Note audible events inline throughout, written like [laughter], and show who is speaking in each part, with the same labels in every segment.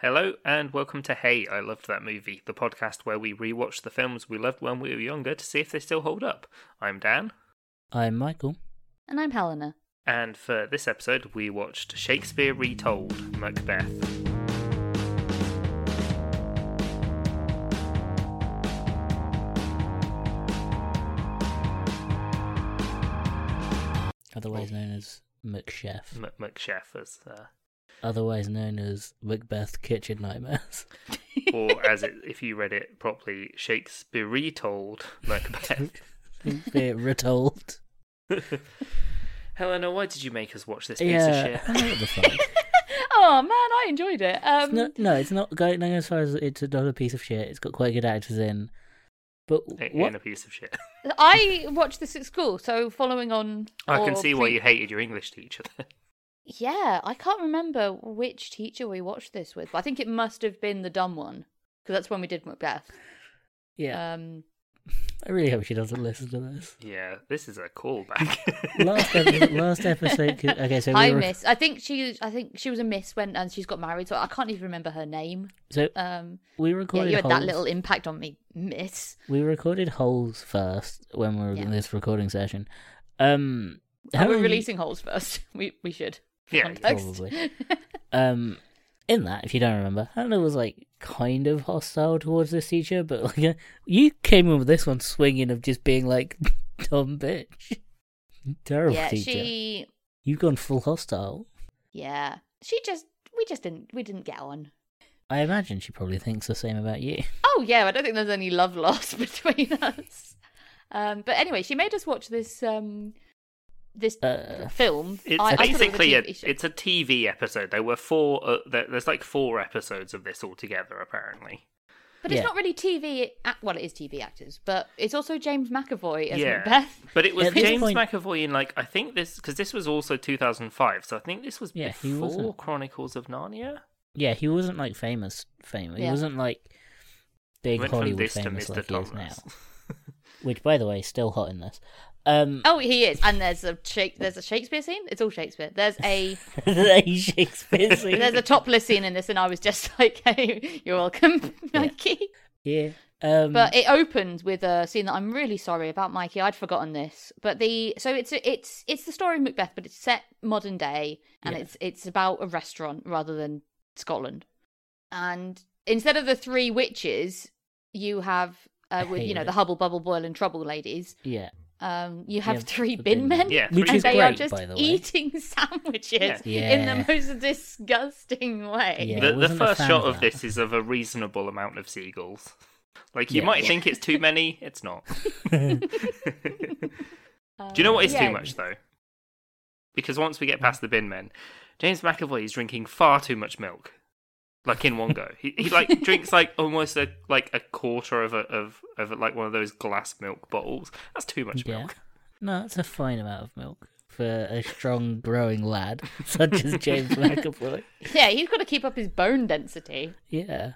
Speaker 1: Hello and welcome to Hey, I Loved That Movie, the podcast where we rewatch the films we loved when we were younger to see if they still hold up. I'm Dan,
Speaker 2: I'm Michael.
Speaker 3: And I'm Helena.
Speaker 1: and for this episode we watched Shakespeare Retold, Macbeth.
Speaker 2: otherwise known as McChef,
Speaker 1: M- McChef, as, uh,
Speaker 2: otherwise known as Macbeth Kitchen
Speaker 1: [laughs]
Speaker 2: Nightmares. [laughs]
Speaker 1: or as it, if you read it properly, Shakespeare Retold, Macbeth.
Speaker 2: [laughs] Be it retold.
Speaker 1: Helena, why did you make us watch this piece
Speaker 2: yeah.
Speaker 1: of
Speaker 2: [laughs]
Speaker 1: shit?
Speaker 2: What
Speaker 1: [laughs]
Speaker 2: the fuck?
Speaker 3: Oh man, I enjoyed it. Um,
Speaker 2: no, no, it's not going, going as far as it's another piece of shit. It's got quite good actors in. But
Speaker 1: In- In
Speaker 2: what?
Speaker 1: a piece of shit.
Speaker 3: I watched this at school, so following on.
Speaker 1: I can
Speaker 2: Oh,
Speaker 3: or
Speaker 1: see why
Speaker 3: pre-
Speaker 1: you hated your English teacher. [laughs] then.
Speaker 3: Yeah, I can't remember which teacher we watched this with, but I think it must have been the dumb one because that's when we did Macbeth.
Speaker 2: Yeah.
Speaker 3: Um,
Speaker 2: I really hope she doesn't listen to this.
Speaker 1: yeah, this is a callback. [laughs]
Speaker 2: Last episode. last episode. could- Okay, so we
Speaker 3: I
Speaker 2: were,
Speaker 3: miss. I think she. I think she was a miss when and she's got married, so I can't even remember her name.
Speaker 2: so
Speaker 3: Um,
Speaker 2: we
Speaker 3: yeah,
Speaker 2: recorded.
Speaker 3: you had
Speaker 2: holes.
Speaker 3: that little impact on me, miss.
Speaker 2: We recorded holes first when we were in
Speaker 3: Yeah.
Speaker 2: this recording session. Um,
Speaker 3: Are
Speaker 2: how
Speaker 3: we
Speaker 2: many-
Speaker 3: releasing holes first? [laughs] We we should.
Speaker 1: yeah,
Speaker 3: Context.
Speaker 2: probably. um in that if you don't remember hannah was like kind of hostile towards this teacher but [laughs] like uh, you came in with this one swinging of just being like [laughs] dumb bitch terrible
Speaker 3: yeah,
Speaker 2: teacher
Speaker 3: she.
Speaker 2: you've gone full hostile
Speaker 3: Yeah, she just. We just didn't. We didn't get on.
Speaker 2: i imagine she probably thinks the same about you
Speaker 3: Oh yeah, I don't think there's any love lost [laughs] between us. Um, but anyway, she made us watch this um, this
Speaker 2: Uh,
Speaker 3: film.
Speaker 1: It's
Speaker 3: I- I thought it was a
Speaker 1: basically
Speaker 3: TV show.
Speaker 1: a, it's a TV episode. There were four. Uh, there, there's like four episodes of this altogether, apparently.
Speaker 3: but it's
Speaker 2: yeah.
Speaker 3: not really TV. act- Well, it is TV actors, but it's also James McAvoy as
Speaker 1: Yeah.
Speaker 3: Macbeth. [laughs]
Speaker 1: But it was
Speaker 2: At this
Speaker 1: James
Speaker 2: point-
Speaker 1: McAvoy in like I think this because this was also 2005. So I think this was
Speaker 2: Yeah, he
Speaker 1: before
Speaker 2: wasn't.
Speaker 1: Chronicles of Narnia.
Speaker 2: yeah he wasn't like famous famous he
Speaker 3: Yeah.
Speaker 2: wasn't like big
Speaker 1: Went from
Speaker 2: hollywood
Speaker 1: this to
Speaker 2: famous
Speaker 1: Mr.
Speaker 2: like he is now
Speaker 1: Thomas.
Speaker 2: which by the way is still hot in this um [laughs]
Speaker 3: Oh, he is. And there's a Shake- there's a Shakespeare scene. It's all Shakespeare. There's a
Speaker 1: [laughs]
Speaker 2: shakespeare
Speaker 3: [laughs]
Speaker 2: scene.
Speaker 3: there's a topless scene in this, and I was just [laughs] like, hey, "You're welcome, Mikey."
Speaker 2: yeah um
Speaker 3: But it opens with a scene that I'm really sorry about, Mikey. I'd forgotten this. But the so it's it's it's the story of Macbeth, but it's set modern day, and
Speaker 2: Yeah.
Speaker 3: it's it's about a restaurant rather than Scotland. And instead of the three witches, you have uh, with you know
Speaker 2: Hated
Speaker 3: the
Speaker 2: it.
Speaker 3: hubble bubble boil and trouble ladies.
Speaker 2: yeah
Speaker 3: Um, you have
Speaker 2: Yeah,
Speaker 3: three
Speaker 2: the
Speaker 3: bin,
Speaker 2: bin
Speaker 3: men,
Speaker 1: [laughs]
Speaker 2: men.
Speaker 1: Yeah,
Speaker 2: Which
Speaker 1: three-
Speaker 3: and
Speaker 2: is
Speaker 3: they
Speaker 2: great,
Speaker 3: are just
Speaker 2: by the way.
Speaker 3: eating [laughs] sandwiches
Speaker 2: Yeah.
Speaker 3: in the
Speaker 2: Yeah.
Speaker 3: most disgusting way.
Speaker 2: Yeah, I
Speaker 1: the, the
Speaker 2: wasn't a
Speaker 1: first
Speaker 2: fan
Speaker 1: shot of
Speaker 2: of that.
Speaker 1: this is of a reasonable amount of seagulls. Like you
Speaker 2: Yeah.
Speaker 1: might think it's too many, it's
Speaker 2: [laughs]
Speaker 1: not. Do you know what is
Speaker 3: Yeah.
Speaker 1: too much though? Because once we get past the bin men, James McAvoy is drinking far too much milk. Like in one go, he, he
Speaker 2: [laughs]
Speaker 1: like drinks like almost a like a quarter of a of of like one of those glass milk bottles. That's too much
Speaker 2: Yeah.
Speaker 1: milk.
Speaker 2: No, that's a fine amount of milk for a strong, growing lad [laughs] such as
Speaker 1: [laughs]
Speaker 2: James McAvoy.
Speaker 3: Yeah, he's got to keep up his bone density.
Speaker 2: Yeah,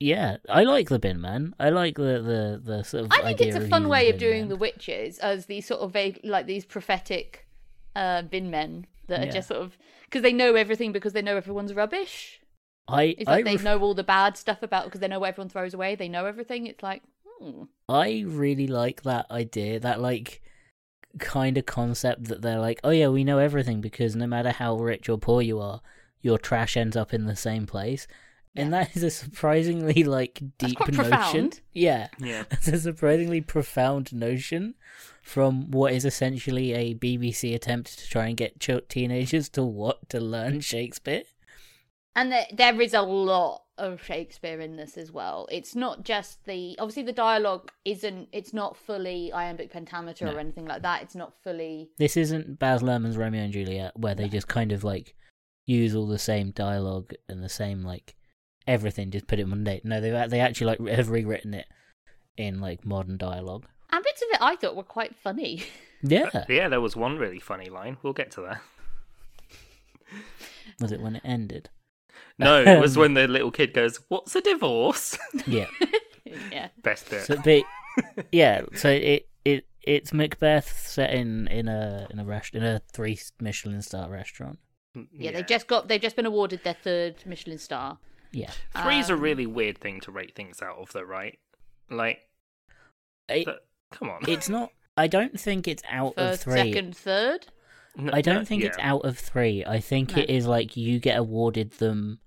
Speaker 2: yeah. I like the bin man. I like the the, the sort of.
Speaker 3: I think
Speaker 2: idea
Speaker 3: it's a
Speaker 2: of
Speaker 3: fun
Speaker 2: using
Speaker 3: way
Speaker 2: the
Speaker 3: of
Speaker 2: bin
Speaker 3: doing
Speaker 2: man.
Speaker 3: the witches as these sort of vague, like these prophetic uh, bin men that are
Speaker 2: Yeah.
Speaker 3: just sort of because they know everything because they know everyone's rubbish.
Speaker 2: I
Speaker 3: It's
Speaker 2: I,
Speaker 3: like they
Speaker 2: ref-
Speaker 3: know all the bad stuff about because they know what everyone throws away. They know everything. It's like hmm.
Speaker 2: I really like that idea. That like kind of concept that they're like, oh yeah, we know everything because no matter how rich or poor you are, your trash ends up in the same place. And that is a surprisingly like
Speaker 3: That's
Speaker 2: deep
Speaker 3: quite
Speaker 2: notion.
Speaker 3: profound.
Speaker 2: Yeah. [laughs]
Speaker 1: Yeah.
Speaker 2: It's a surprisingly profound notion from what is essentially a BBC attempt to try and get ch- teenagers to what to learn Shakespeare.
Speaker 3: And there, there is a lot of Shakespeare in this as well. It's not just the obviously the dialogue isn't. It's not fully iambic pentameter
Speaker 2: No.
Speaker 3: or anything like that. It's not fully
Speaker 2: This isn't Baz Luhrmann's Romeo and Juliet where they just kind of like use all the same dialogue and the same like everything, just put it mundane. No, they they actually like have rewritten it in like modern dialogue.
Speaker 3: and bits of it I thought were quite funny. [laughs]
Speaker 2: Yeah,
Speaker 1: Yeah, there was one really funny line. We'll get to
Speaker 2: [laughs]
Speaker 1: that.
Speaker 2: was it when it ended?
Speaker 1: No, it
Speaker 2: Um,
Speaker 1: was when the little kid goes, "What's a divorce?" [laughs]
Speaker 2: Yeah.
Speaker 3: yeah.
Speaker 1: Best bit.
Speaker 2: So, but yeah, so it it it's Macbeth set in in a in a rest in a three Michelin star restaurant.
Speaker 3: Yeah, they just got they've just been awarded their third Michelin star.
Speaker 2: Yeah.
Speaker 1: Three's a
Speaker 3: Um,
Speaker 1: really weird thing to rate things out of, though, right? Like,
Speaker 2: It,
Speaker 1: that- come on.
Speaker 2: it's not. I don't think it's out of
Speaker 3: First,
Speaker 2: three.
Speaker 3: second, third.
Speaker 1: [laughs] No,
Speaker 2: I
Speaker 1: no,
Speaker 2: don't think it's
Speaker 1: yeah.
Speaker 2: out of three. I think
Speaker 3: No.
Speaker 2: it is like you get awarded them,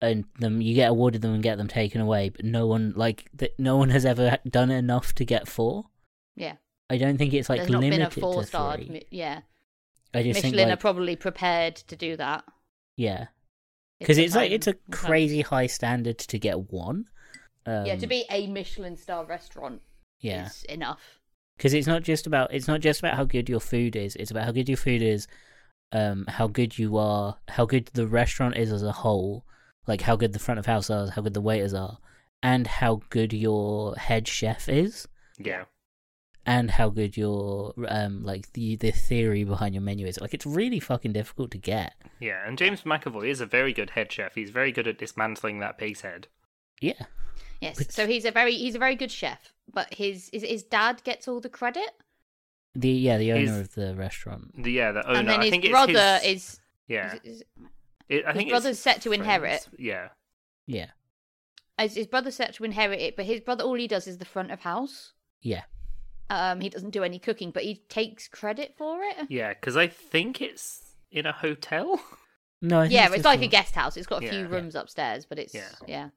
Speaker 2: and them you get awarded them and get them taken away. But no one like th- no one has ever done enough to get four.
Speaker 3: Yeah.
Speaker 2: I don't think it's like
Speaker 3: There's not
Speaker 2: limited
Speaker 3: been a four
Speaker 2: to
Speaker 3: star.
Speaker 2: three.
Speaker 3: Yeah.
Speaker 2: I just
Speaker 3: Michelin
Speaker 2: think like,
Speaker 3: are probably prepared to do that.
Speaker 2: yeah, because it's, like it's a
Speaker 3: time-
Speaker 2: crazy high standard to get one. Um,
Speaker 3: yeah, to be a Michelin star restaurant
Speaker 2: yeah.
Speaker 3: is enough.
Speaker 2: because it's not just about it's not just about how good your food is it's about how good your food is um how good you are how good the restaurant is as a whole like how good the front of house are how good the waiters are and how good your head chef is
Speaker 1: Yeah.
Speaker 2: and how good your um like the the theory behind your menu is like it's really fucking difficult to get
Speaker 1: Yeah, and James McAvoy is a very good head chef. He's very good at dismantling that pig's head.
Speaker 2: yeah
Speaker 3: Yes.
Speaker 2: But-
Speaker 3: So he's a very he's a very good chef, but his is it his dad gets all the credit,
Speaker 2: the yeah the owner
Speaker 1: Is-
Speaker 2: of the restaurant
Speaker 1: The, yeah, the owner.
Speaker 3: and then
Speaker 1: Oh, I
Speaker 3: his
Speaker 1: think it's
Speaker 3: brother
Speaker 1: his-
Speaker 3: is.
Speaker 1: Yeah,
Speaker 3: is- is-
Speaker 1: It- I
Speaker 3: his
Speaker 1: think it's
Speaker 3: brother's set to
Speaker 1: friends.
Speaker 3: inherit.
Speaker 1: Yeah,
Speaker 2: yeah
Speaker 3: As his brother set to inherit it, but his brother all he does is the front of house.
Speaker 2: yeah
Speaker 3: Um, he doesn't do any cooking, but he takes credit for it.
Speaker 1: yeah, because I think it's in a hotel. [laughs]
Speaker 2: no I think
Speaker 3: yeah, it's,
Speaker 2: just
Speaker 3: like a guest house. It's got a
Speaker 1: Yeah.
Speaker 3: few
Speaker 1: Yeah.
Speaker 3: rooms upstairs, but it's yeah.
Speaker 1: Yeah.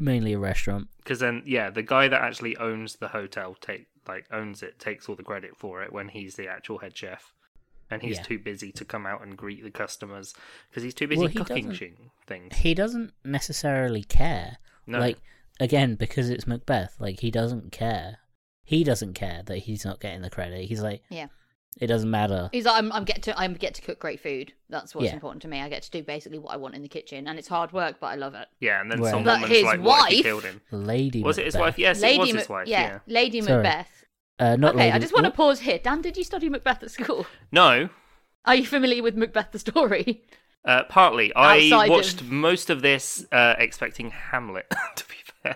Speaker 2: mainly a restaurant
Speaker 1: Because then, yeah, the guy that actually owns the hotel take like owns it takes all the credit for it when he's the actual head chef, and he's
Speaker 2: Yeah.
Speaker 1: too busy to come out and greet the customers because he's too busy
Speaker 2: Well, he
Speaker 1: cooking
Speaker 2: doesn't-
Speaker 1: shing- things.
Speaker 2: he doesn't necessarily care
Speaker 1: No,
Speaker 2: Like again, because it's Macbeth, like he doesn't care. He doesn't care that he's not getting the credit. He's like,
Speaker 3: Yeah.
Speaker 2: it doesn't matter.
Speaker 3: He's like, I'm, I'm get to, I'm get to cook great food. That's what's
Speaker 2: Yeah.
Speaker 3: important to me. I get to do basically what I want in the kitchen, and it's hard work, but I love it.
Speaker 1: yeah, and then
Speaker 2: Well-
Speaker 1: some
Speaker 2: But
Speaker 1: woman's
Speaker 3: his
Speaker 1: like, "What if he
Speaker 3: wife-
Speaker 1: killed him?"
Speaker 2: Lady
Speaker 1: Was it his wife? Yes, it was
Speaker 3: Mac-
Speaker 1: his wife.
Speaker 3: yeah,
Speaker 1: yeah.
Speaker 3: Lady
Speaker 2: Sorry.
Speaker 3: Macbeth.
Speaker 2: Uh, not
Speaker 3: okay,
Speaker 2: Lady.
Speaker 3: I just want to
Speaker 2: Wha-
Speaker 3: pause here. Dan, did you study Macbeth at school?
Speaker 1: No,
Speaker 3: Are you familiar with Macbeth the story? [laughs]
Speaker 1: Uh, partly. I
Speaker 3: Outside of-
Speaker 1: watched most of this uh, expecting Hamlet, [laughs] to be fair.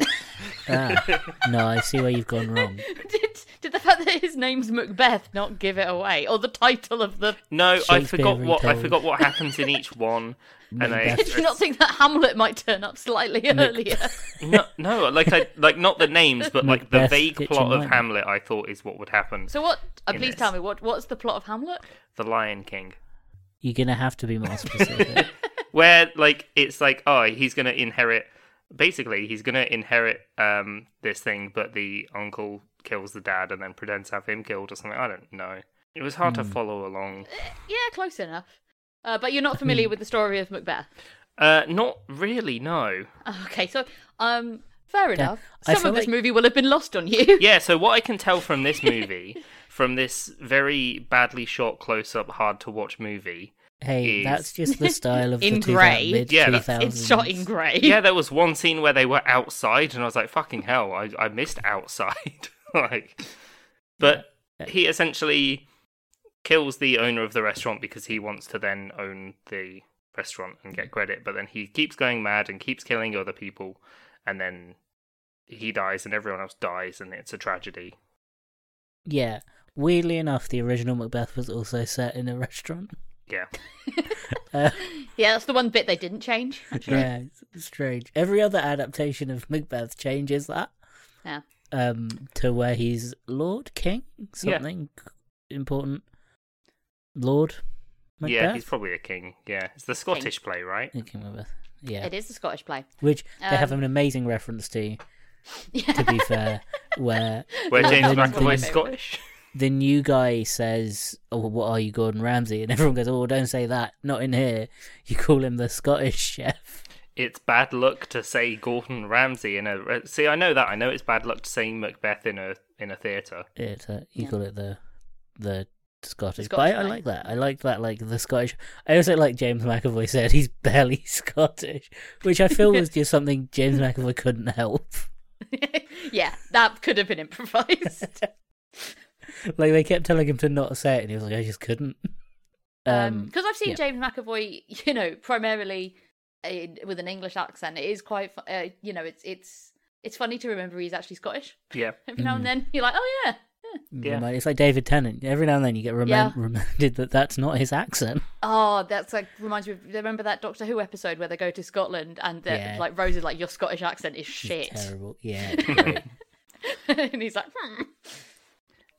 Speaker 2: Ah, no, I see where you've gone
Speaker 3: [laughs]
Speaker 2: wrong.
Speaker 3: did, did the fact that his name's Macbeth not give it away, or the title of the?
Speaker 1: No, I
Speaker 2: Shakespeare
Speaker 1: forgot what I
Speaker 2: retold.
Speaker 1: forgot what happens in each one. and I,
Speaker 2: Macbeth.
Speaker 3: Did you not think that Hamlet might turn up slightly earlier?
Speaker 2: [laughs]
Speaker 1: no, no, like I like not the names, but like the
Speaker 2: Macbeth,
Speaker 1: vague
Speaker 2: Kitchen
Speaker 1: plot of
Speaker 2: Nightmare.
Speaker 1: Hamlet I thought is what would happen.
Speaker 3: So what? Uh,
Speaker 1: In
Speaker 3: please
Speaker 1: this.
Speaker 3: tell me what what's the plot of Hamlet?
Speaker 1: the Lion King.
Speaker 2: You're gonna have to be more
Speaker 1: [laughs]
Speaker 2: specific.
Speaker 1: Where like it's like, oh, he's gonna inherit basically he's gonna inherit um this thing, but the uncle kills the dad and then pretends to have him killed or something. I don't know. It was hard to
Speaker 2: Hmm.
Speaker 1: follow along.
Speaker 3: Yeah, close enough. Uh, but you're not
Speaker 2: Hmm.
Speaker 3: familiar with the story of Macbeth.
Speaker 1: Uh not really, no.
Speaker 3: [laughs] Okay, so um, fair
Speaker 2: Yeah,
Speaker 3: enough.
Speaker 2: I
Speaker 3: Some
Speaker 2: feel
Speaker 3: of this
Speaker 2: like-
Speaker 3: movie will have been lost on you.
Speaker 1: yeah, so what I can tell from this movie, from this very badly shot, close up, hard to watch movie,
Speaker 2: hey,
Speaker 1: Is-
Speaker 2: that's just the style
Speaker 3: [laughs]
Speaker 2: of
Speaker 3: In
Speaker 2: the
Speaker 3: grey.
Speaker 2: mid
Speaker 1: Yeah, that's-
Speaker 2: 2000s.
Speaker 3: [laughs] It's shot in grey.
Speaker 1: yeah, there was one scene where they were outside, and I was like, fucking hell, I, I missed outside. [laughs] like, but he essentially kills the owner of the restaurant because he wants to then own the restaurant and get credit, but then he keeps going mad and keeps killing other people, and then he dies, and everyone else dies, and it's a tragedy.
Speaker 2: Yeah. Weirdly enough, the original Macbeth was also set in a restaurant.
Speaker 1: Yeah.
Speaker 2: Uh,
Speaker 3: [laughs] Yeah, that's the one bit they didn't change.
Speaker 2: [laughs]
Speaker 3: Actually.
Speaker 2: yeah, it's strange. Every other adaptation of Macbeth changes that.
Speaker 3: Yeah.
Speaker 2: um to where he's Lord King something important. Lord Macbeth.
Speaker 1: Yeah, he's probably a king. Yeah, it's the Scottish play,
Speaker 2: [laughs]
Speaker 1: right?
Speaker 2: Yeah, King Macbeth. Yeah,
Speaker 3: It is a Scottish play.
Speaker 2: which they have
Speaker 3: Um,
Speaker 2: an amazing reference
Speaker 3: [laughs]
Speaker 2: to.
Speaker 3: Yeah.
Speaker 2: To be fair, where
Speaker 1: Where
Speaker 2: Yeah,
Speaker 1: James
Speaker 2: I didn't
Speaker 1: McAvoy's
Speaker 3: think-
Speaker 1: Scottish.
Speaker 2: the new guy says, "Oh, what are you, Gordon Ramsay?" and everyone goes, "Oh, don't say that. Not in here. You call him the Scottish [laughs] chef."
Speaker 1: It's bad luck to say Gordon Ramsay in a. See, I know that. I know it's bad luck to say Macbeth in a in a theatre.
Speaker 2: It uh, you
Speaker 3: Yeah.
Speaker 2: call it the the Scottish.
Speaker 3: Scottish
Speaker 2: but I, I
Speaker 3: knight.
Speaker 2: like that. I like that. Like the Scottish. I also like James McAvoy said he's [laughs] barely Scottish, which I feel was just something James McAvoy couldn't help. [laughs]
Speaker 3: yeah, that could have been improvised.
Speaker 2: Like they kept telling him to not say it, and he was like, I just
Speaker 3: [laughs]
Speaker 2: couldn't. [laughs]
Speaker 3: Because
Speaker 2: Um,
Speaker 3: I've seen
Speaker 2: yeah.
Speaker 3: James McAvoy, you know, primarily in, with an English accent. It is quite, fu- uh, you know, it's it's it's funny to remember he's actually Scottish
Speaker 1: Yeah,
Speaker 2: Mm.
Speaker 3: every now and then. You're like, oh yeah, yeah,
Speaker 1: Yeah.
Speaker 2: Remind- It's like David Tennant. Every now and then you get remem-
Speaker 3: Yeah.
Speaker 2: reminded that that's not his accent.
Speaker 3: Oh, that's like reminds me. Of, remember that Doctor Who episode where they go to Scotland and the,
Speaker 2: Yeah.
Speaker 3: like Rose is like, "Your Scottish accent is
Speaker 2: It's
Speaker 3: [laughs] shit,"
Speaker 2: terrible. Yeah.
Speaker 3: [laughs]
Speaker 2: it's great.
Speaker 3: and he's like, "Hmm."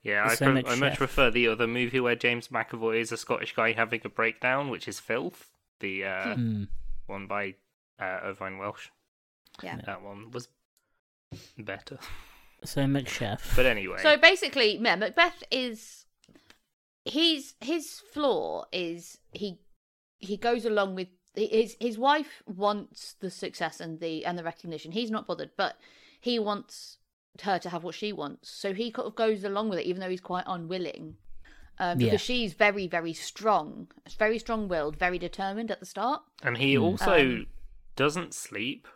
Speaker 1: Yeah, I,
Speaker 2: There's so
Speaker 1: pre-
Speaker 2: much
Speaker 1: I much
Speaker 2: chef.
Speaker 1: prefer the other movie where James McAvoy is a Scottish guy having a breakdown, which is Filth, the uh,
Speaker 2: Mm.
Speaker 1: one by uh, Irvine Welsh.
Speaker 3: Yeah.
Speaker 1: That one was better.
Speaker 2: So McChef.
Speaker 1: But anyway,
Speaker 3: So basically, yeah, Macbeth is he's his flaw is he he goes along with his his wife wants the success and the and the recognition. He's not bothered, but he wants her to have what she wants. So he kind of goes along with it, even though he's quite unwilling. Um, because
Speaker 2: Yeah.
Speaker 3: she's very, very strong, very strong-willed, very determined at the start.
Speaker 1: and he
Speaker 2: Mm.
Speaker 1: also
Speaker 3: Um,
Speaker 1: doesn't sleep.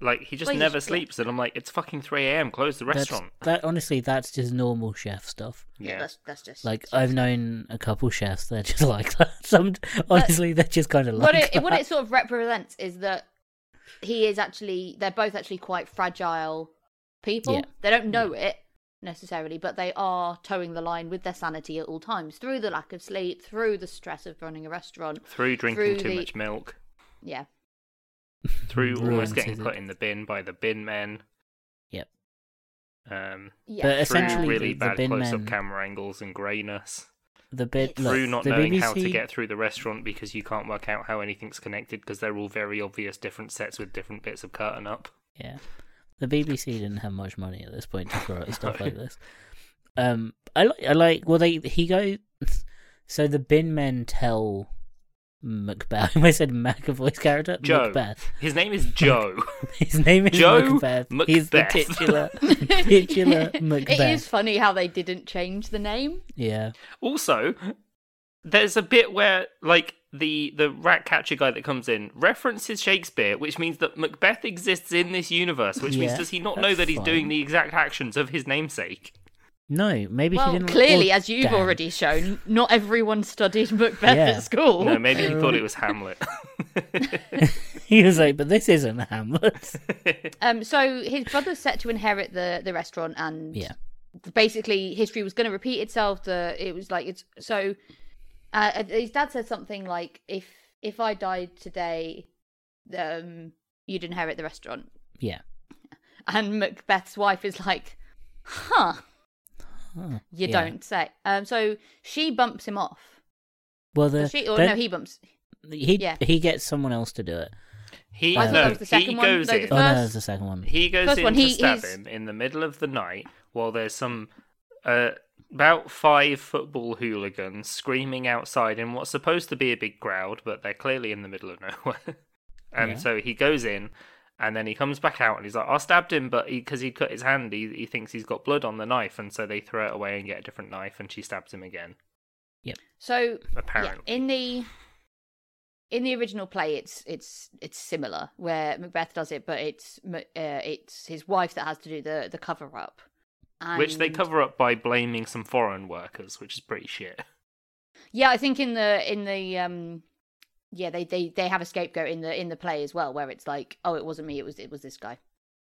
Speaker 1: Like he just
Speaker 3: Well, he's-
Speaker 1: never
Speaker 3: yeah.
Speaker 1: sleeps, and I'm like, it's fucking three a.m. Close the
Speaker 2: That's-
Speaker 1: restaurant.
Speaker 2: that honestly, that's just normal chef stuff.
Speaker 3: Yeah, that's that's just
Speaker 2: Like I've known a couple chefs, they're just [laughs] like that. Some honestly, they're just kind of like
Speaker 3: what it
Speaker 2: that.
Speaker 3: what it sort of represents is that he is actually they're both actually quite fragile people.
Speaker 2: Yeah.
Speaker 3: They don't know it necessarily, but they are towing the line with their sanity at all times through the lack of sleep, through the stress of running a restaurant.
Speaker 1: through drinking
Speaker 3: Through
Speaker 1: too
Speaker 3: the-
Speaker 1: much milk,
Speaker 3: Yeah,
Speaker 1: through
Speaker 2: Ruins
Speaker 1: almost getting
Speaker 2: it.
Speaker 1: put in the bin by the bin men.
Speaker 2: Yep.
Speaker 1: Um,
Speaker 3: yeah.
Speaker 2: But essentially,
Speaker 1: through
Speaker 2: the-
Speaker 1: really
Speaker 2: the
Speaker 1: bad
Speaker 2: bin
Speaker 1: close-up
Speaker 2: men-
Speaker 1: camera angles and greyness.
Speaker 2: the bit
Speaker 3: Look,
Speaker 1: through
Speaker 2: like,
Speaker 1: not
Speaker 2: the
Speaker 1: knowing
Speaker 2: BBC,
Speaker 1: how to get through the restaurant because you can't work out how anything's connected because they're all very obvious different sets with different bits of curtain up.
Speaker 2: Yeah, the BBC didn't have much money at this point
Speaker 1: [laughs]
Speaker 2: to throw at stuff
Speaker 1: No.
Speaker 2: like this. Um, I like I like well they he goes [laughs] so the bin men tell Macbeth. [laughs] I said McAvoy's character
Speaker 1: Joe.
Speaker 2: Macbeth. [laughs]
Speaker 1: His name is Joe.
Speaker 2: His name is
Speaker 1: Joe
Speaker 2: Macbeth. He's the
Speaker 1: Macbeth. [laughs]
Speaker 2: titular titular Macbeth.
Speaker 3: [laughs] It is funny how they didn't change the name.
Speaker 2: Yeah.
Speaker 1: also, there's a bit where like the the rat catcher guy that comes in references Shakespeare, which means that Macbeth exists in this universe. Which means
Speaker 2: Yeah,
Speaker 1: does he not know
Speaker 2: that's
Speaker 1: that he's doing
Speaker 2: fine.
Speaker 1: the exact actions of his namesake?
Speaker 2: No, maybe he
Speaker 3: well,
Speaker 2: didn't.
Speaker 3: clearly,
Speaker 2: or
Speaker 3: as you've
Speaker 2: Dan.
Speaker 3: already shown, not everyone studied Macbeth
Speaker 2: Yeah.
Speaker 3: at school.
Speaker 1: No, maybe he
Speaker 2: Oh.
Speaker 3: [laughs]
Speaker 1: thought it was Hamlet. [laughs]
Speaker 2: he was like, "But this
Speaker 1: [laughs]
Speaker 2: isn't Hamlet."
Speaker 3: Um, so his brother's set to inherit the the restaurant, and
Speaker 2: yeah,
Speaker 3: basically history was going to repeat itself the it was like it's so uh his dad said something like if if i died today um you'd inherit the restaurant
Speaker 2: yeah.
Speaker 3: and macbeth's wife is like huh
Speaker 2: Huh.
Speaker 3: you
Speaker 2: Yeah.
Speaker 3: don't say um so she bumps him off
Speaker 2: Well, the,
Speaker 3: Does she, or
Speaker 2: don't-
Speaker 3: no he bumps
Speaker 2: he
Speaker 3: yeah.
Speaker 2: he gets someone else to do it.
Speaker 1: He
Speaker 2: I thought that
Speaker 1: no,
Speaker 3: was the
Speaker 1: he
Speaker 3: second one.
Speaker 1: goes
Speaker 3: No, the
Speaker 1: in.
Speaker 2: Oh no,
Speaker 3: First-
Speaker 2: that's the second one.
Speaker 1: He goes
Speaker 3: First
Speaker 1: in
Speaker 3: one,
Speaker 1: to
Speaker 3: he-
Speaker 1: stab
Speaker 3: he's-
Speaker 1: him in the middle of the night while there's some uh, about five football hooligans screaming outside in what's supposed to be a big crowd, but they're clearly in the middle of nowhere. [laughs] and
Speaker 2: Yeah.
Speaker 1: so he goes in, and then he comes back out, and he's like, "I stabbed him," but because he, would cut his hand, he, he thinks he's got blood on the knife, and so they throw it away and get a different knife, and she stabs him again.
Speaker 3: so yeah,
Speaker 1: Apparently,
Speaker 3: in the in the original play it's it's it's similar where macbeth does it but it's Ma- uh, it's his wife that has to do the the cover up
Speaker 1: which they
Speaker 3: And-
Speaker 1: cover up by blaming some foreign workers, which is pretty shit.
Speaker 3: Yeah, I think in the in the um yeah, they they they have a scapegoat in the in the play as well where it's like, oh, it wasn't me, it was it was this guy.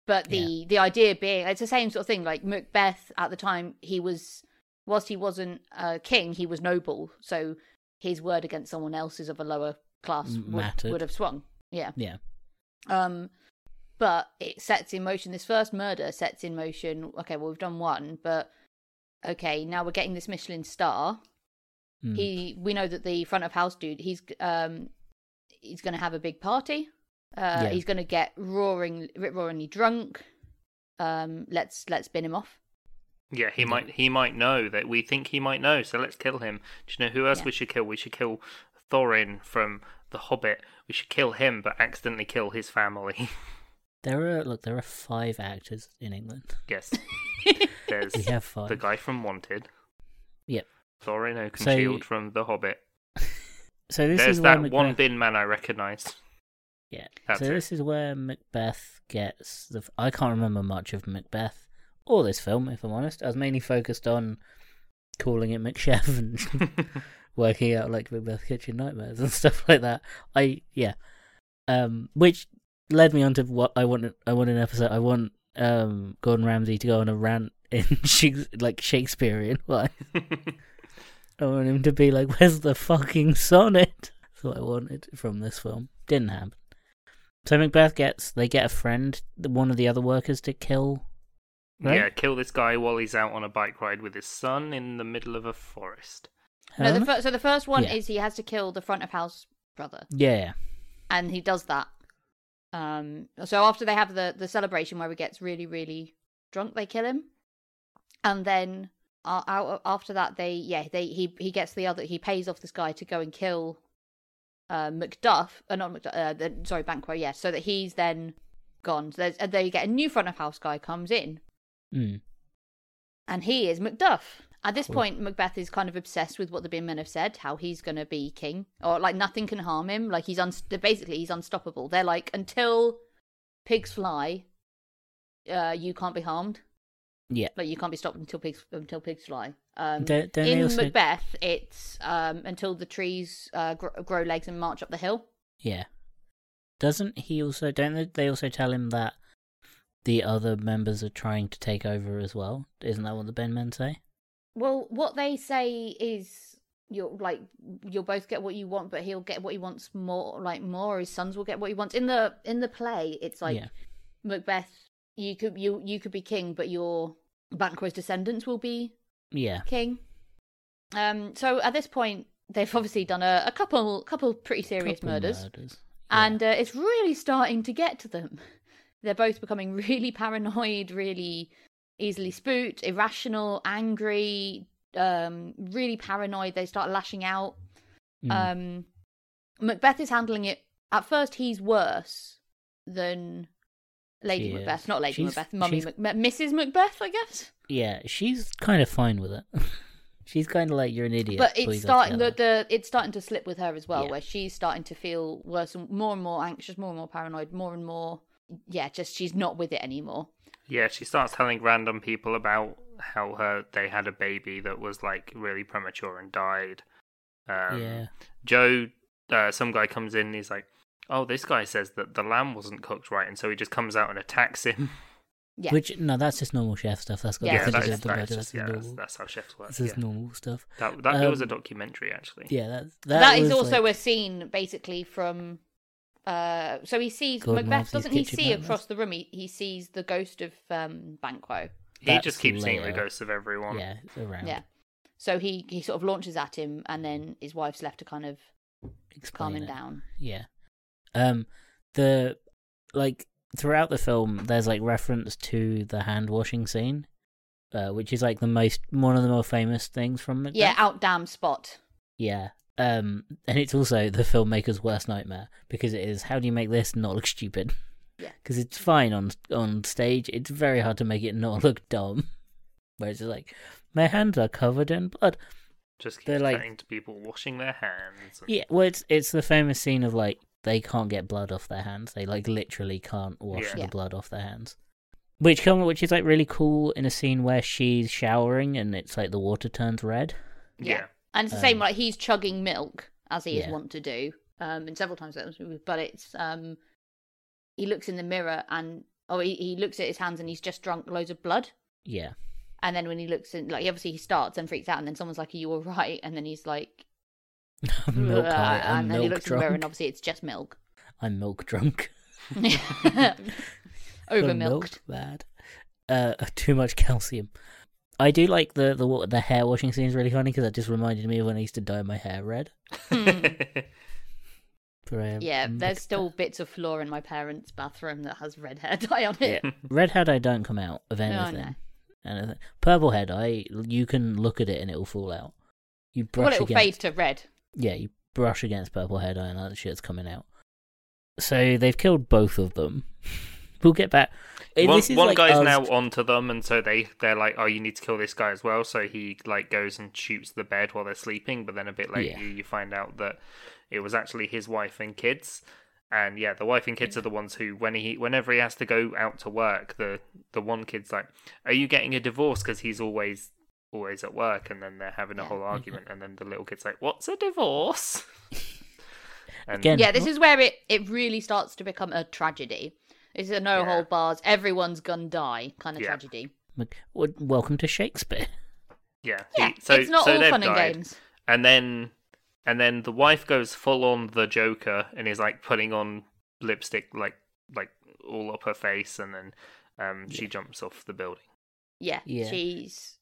Speaker 3: But the
Speaker 2: Yeah.
Speaker 3: the idea being it's the same sort of thing like Macbeth at the time he was whilst he wasn't a king, he was noble. So his word against someone else's of a lower class
Speaker 2: M-
Speaker 3: would,
Speaker 2: mattered.
Speaker 3: would have swung. Yeah.
Speaker 2: Yeah,
Speaker 3: Um, but it sets in motion this first murder sets in motion. Okay, well we've done one, but okay, now we're getting this Michelin star.
Speaker 2: Mm.
Speaker 3: He, we know that the front of house dude, he's um, he's going to have a big party. Uh,
Speaker 2: Yeah.
Speaker 3: He's going to get roaring, rip roaringly drunk. Um, let's let's bin him off. [laughs]
Speaker 1: Yeah, he might he might know that we think he might know, so let's kill him. Do you know who else
Speaker 3: Yeah.
Speaker 1: we should kill? We should kill Thorin from The Hobbit. We should kill him but accidentally kill his family. [laughs]
Speaker 2: there are look, there are five actors in
Speaker 3: [laughs]
Speaker 2: England. [laughs]
Speaker 1: yes. There's
Speaker 2: We have five.
Speaker 1: the guy from Wanted,
Speaker 2: Yep.
Speaker 1: Thorin
Speaker 2: So-
Speaker 1: Oakenshield from The Hobbit.
Speaker 2: So this
Speaker 1: There's
Speaker 2: is where
Speaker 1: that
Speaker 2: Macbeth,
Speaker 1: one bin man I recognised. [laughs]
Speaker 2: Yeah.
Speaker 1: That's
Speaker 2: so
Speaker 1: it.
Speaker 2: this is where Macbeth gets the. f- I can't remember much of Macbeth or this film, if I'm honest. I was mainly focused on calling it McChef and working out like Macbeth Kitchen Nightmares and [laughs] stuff like that. I yeah, um, which led me on to what I want. I want an episode. I want um Gordon Ramsay to go on a rant [laughs] in Shakes- like Shakespearean [laughs] wise. I want him to be like, "Where's the fucking sonnet?" That's what I wanted from this film. Didn't happen. So Macbeth gets they get a friend, one of the other workers, to kill. Right?
Speaker 1: Yeah, kill this guy while he's out on a bike ride with his son in the middle of a forest.
Speaker 3: No, the
Speaker 2: Huh?
Speaker 3: fir- so the first one
Speaker 2: Yeah.
Speaker 3: is he has to kill the front of house brother,
Speaker 2: yeah.
Speaker 3: and he does that. Um, so after they have the the celebration where he gets really really drunk, they kill him, and then uh, out after that they yeah they he he gets the other he pays off this guy to go and kill uh, Macduff, uh, not Macduff, uh, the, sorry Banquo, yeah, so that he's then gone. So there's, and they get a new front of house guy comes in,
Speaker 2: Mm.
Speaker 3: and he is Macduff. At this
Speaker 2: Cool.
Speaker 3: point, Macbeth is kind of obsessed with what the bin men have said, how he's going to be king, or like nothing can harm him. Like he's un- basically he's unstoppable. They're like until pigs fly, uh, you can't be harmed.
Speaker 2: Yeah.
Speaker 3: Like you can't be stopped until pigs until pigs fly. Um,
Speaker 2: Don't- don't they
Speaker 3: in
Speaker 2: also-
Speaker 3: Macbeth, it's um, until the trees uh, gr- grow legs and march up the hill.
Speaker 2: Yeah. Doesn't he also? Don't they- they also tell him that the other members are trying to take over as well? Isn't that what the Ben men say?
Speaker 3: Well, what they say is you'll like you'll both get what you want, but he'll get what he wants more, like more. His sons will get what he wants. In the in the play, it's like
Speaker 2: Yeah.
Speaker 3: Macbeth. You could you you could be king, but your Banquo's descendants will be
Speaker 2: Yeah.
Speaker 3: king. Um. So at this point, they've obviously done a, a couple couple pretty serious
Speaker 2: Couple uh,
Speaker 3: murders,
Speaker 2: Yeah.
Speaker 3: and uh, it's really starting to get to them. They're both becoming [laughs] really paranoid, really easily spooked, irrational, angry, um, really paranoid. They start lashing out.
Speaker 2: Mm.
Speaker 3: Um, Macbeth is handling it. At first, he's worse than Lady
Speaker 2: She is.
Speaker 3: Macbeth. Not Lady
Speaker 2: She's-
Speaker 3: Macbeth, Mummy
Speaker 2: she's-
Speaker 3: Macbeth, Mrs. Macbeth, I guess.
Speaker 2: yeah, she's kind of fine with it. [laughs] she's kind of like you're an idiot.
Speaker 3: but
Speaker 2: put
Speaker 3: it's
Speaker 2: yourself
Speaker 3: starting the,
Speaker 2: together."
Speaker 3: the it's starting to slip with her as well
Speaker 2: Yeah.
Speaker 3: where she's starting to feel worse and more and more anxious more and more paranoid more and more yeah just she's not with it anymore
Speaker 1: Yeah, she starts telling random people about how her they had a baby that was like really premature and died. Um,
Speaker 2: yeah.
Speaker 1: Joe, uh, some guy comes in and he's like, "Oh, this guy says that the lamb wasn't cooked right," and so he just comes out and attacks
Speaker 2: [laughs]
Speaker 1: him.
Speaker 3: yeah
Speaker 2: Which no, that's just normal chef stuff. That's got
Speaker 3: Yeah,
Speaker 2: nothing
Speaker 1: that
Speaker 2: to
Speaker 1: is-
Speaker 2: do with the
Speaker 1: that
Speaker 2: murder.
Speaker 1: is
Speaker 2: That's
Speaker 1: just- yeah, that's,
Speaker 2: normal.
Speaker 1: that's how chefs work.
Speaker 2: This is
Speaker 1: yeah.
Speaker 2: normal stuff.
Speaker 1: That that it was a
Speaker 2: Um,
Speaker 1: documentary actually.
Speaker 2: Yeah, that's
Speaker 3: that,
Speaker 2: that,
Speaker 3: that is
Speaker 2: was,
Speaker 3: also
Speaker 2: like,
Speaker 3: a scene basically from uh so he sees
Speaker 2: Gordon
Speaker 3: macbeth
Speaker 2: Ramsay's
Speaker 3: doesn't he
Speaker 2: kitchen
Speaker 3: see
Speaker 2: nightmares.
Speaker 3: across the room he, he sees the ghost of um banquo
Speaker 1: He
Speaker 2: that's
Speaker 1: just keeps seeing the
Speaker 2: later.
Speaker 1: ghosts of everyone.
Speaker 2: yeah around
Speaker 3: yeah so he he sort of launches at him and then his wife's left to kind of calm
Speaker 2: explain
Speaker 3: him
Speaker 2: it.
Speaker 3: down
Speaker 2: Yeah. Um the like throughout the film there's like reference to the hand washing scene. Uh, which is like the most one of the more famous things from Macbeth.
Speaker 3: yeah out damn spot
Speaker 2: Yeah. Um and it's also the filmmaker's worst nightmare because it is how do you make this not look stupid? [laughs]
Speaker 3: Yeah.
Speaker 2: Cuz it's fine on on stage. It's very hard to make it not look dumb. [laughs] Where it's just like my hands are covered in blood.
Speaker 1: Just keeps
Speaker 2: They're like-
Speaker 1: chatting to people, washing their hands. and- [laughs]
Speaker 2: Yeah, [laughs] well, it's it's the famous scene of like they can't get blood off their hands. They like literally can't wash
Speaker 1: Yeah.
Speaker 2: the
Speaker 3: Yeah.
Speaker 2: blood off their hands. Which come, which is like really cool in a scene where she's showering and it's like the water turns red.
Speaker 1: yeah.
Speaker 3: Yeah. And it's the same, like he's chugging milk as he is
Speaker 2: Um, Yeah.
Speaker 3: wont to do, um, and several times. that was- But it's um, he looks in the mirror and oh, he, he looks at his hands and he's just drunk loads of blood.
Speaker 2: Yeah, [laughs]
Speaker 3: And then when he looks in, like obviously he starts and freaks out, and then someone's like, "Are you all right?" And then he's like,
Speaker 2: [laughs] milk.
Speaker 3: "Ugh,"
Speaker 2: I, I'm
Speaker 3: and then he
Speaker 2: milk
Speaker 3: looks in the mirror, and
Speaker 2: drunk.
Speaker 3: obviously it's
Speaker 2: [laughs]
Speaker 3: just milk, [laughs]
Speaker 2: I'm milk drunk. [laughs]
Speaker 3: over
Speaker 2: The milk
Speaker 3: milked.
Speaker 2: bad. Uh, [laughs] too much calcium. I do like the the wa- the hair washing scene is really funny because that just reminded me of when I used to dye my hair red. For, um,
Speaker 3: Yeah, there's
Speaker 2: Macbeth.
Speaker 3: still bits of floor in my parents' bathroom that has red hair [laughs] dye on it.
Speaker 2: Red hair dye don't come out of
Speaker 3: Oh, no.
Speaker 2: anything. anything. Purple hair dye, you can look at it and it will fall out. You brush
Speaker 3: Well, it'll
Speaker 2: against,
Speaker 3: fade to red.
Speaker 2: yeah, you brush against purple hair dye and that shit's coming out. So they've killed both of them. [laughs] we'll get back. Eh,
Speaker 1: one
Speaker 2: this is
Speaker 1: one
Speaker 2: like
Speaker 1: guy's
Speaker 2: us-
Speaker 1: now onto them, and so they they're like, "Oh, you need to kill this guy as well." So he like goes and shoots the bed while they're sleeping. But then a bit later,
Speaker 2: Yeah.
Speaker 1: you you find out that it was actually his wife and kids. And yeah, the wife and kids are the ones who, when he whenever he has to go out to work, the the one kid's like, "Are you getting a divorce?" Because he's always always at work, and then they're having a
Speaker 3: Yeah.
Speaker 2: mhm.
Speaker 1: whole argument, and then the little kid's like, "What's a
Speaker 2: [laughs]
Speaker 1: divorce?" And-
Speaker 2: Again,
Speaker 3: yeah, this is where it, it really starts to become a tragedy. It's a no
Speaker 1: Yeah.
Speaker 3: hold bars, everyone's gonna die kind of
Speaker 1: Yeah.
Speaker 3: tragedy.
Speaker 2: Mc- w- welcome to Shakespeare.
Speaker 1: Yeah.
Speaker 3: Yeah,
Speaker 1: He- so
Speaker 3: it's not
Speaker 1: so
Speaker 3: all
Speaker 1: they've
Speaker 3: fun and
Speaker 1: died.
Speaker 3: games.
Speaker 1: And then and then the wife goes full on the Joker and is like putting on lipstick like like all up her face and then um she jumps off the building.
Speaker 3: Yeah,
Speaker 2: Yeah.
Speaker 3: she's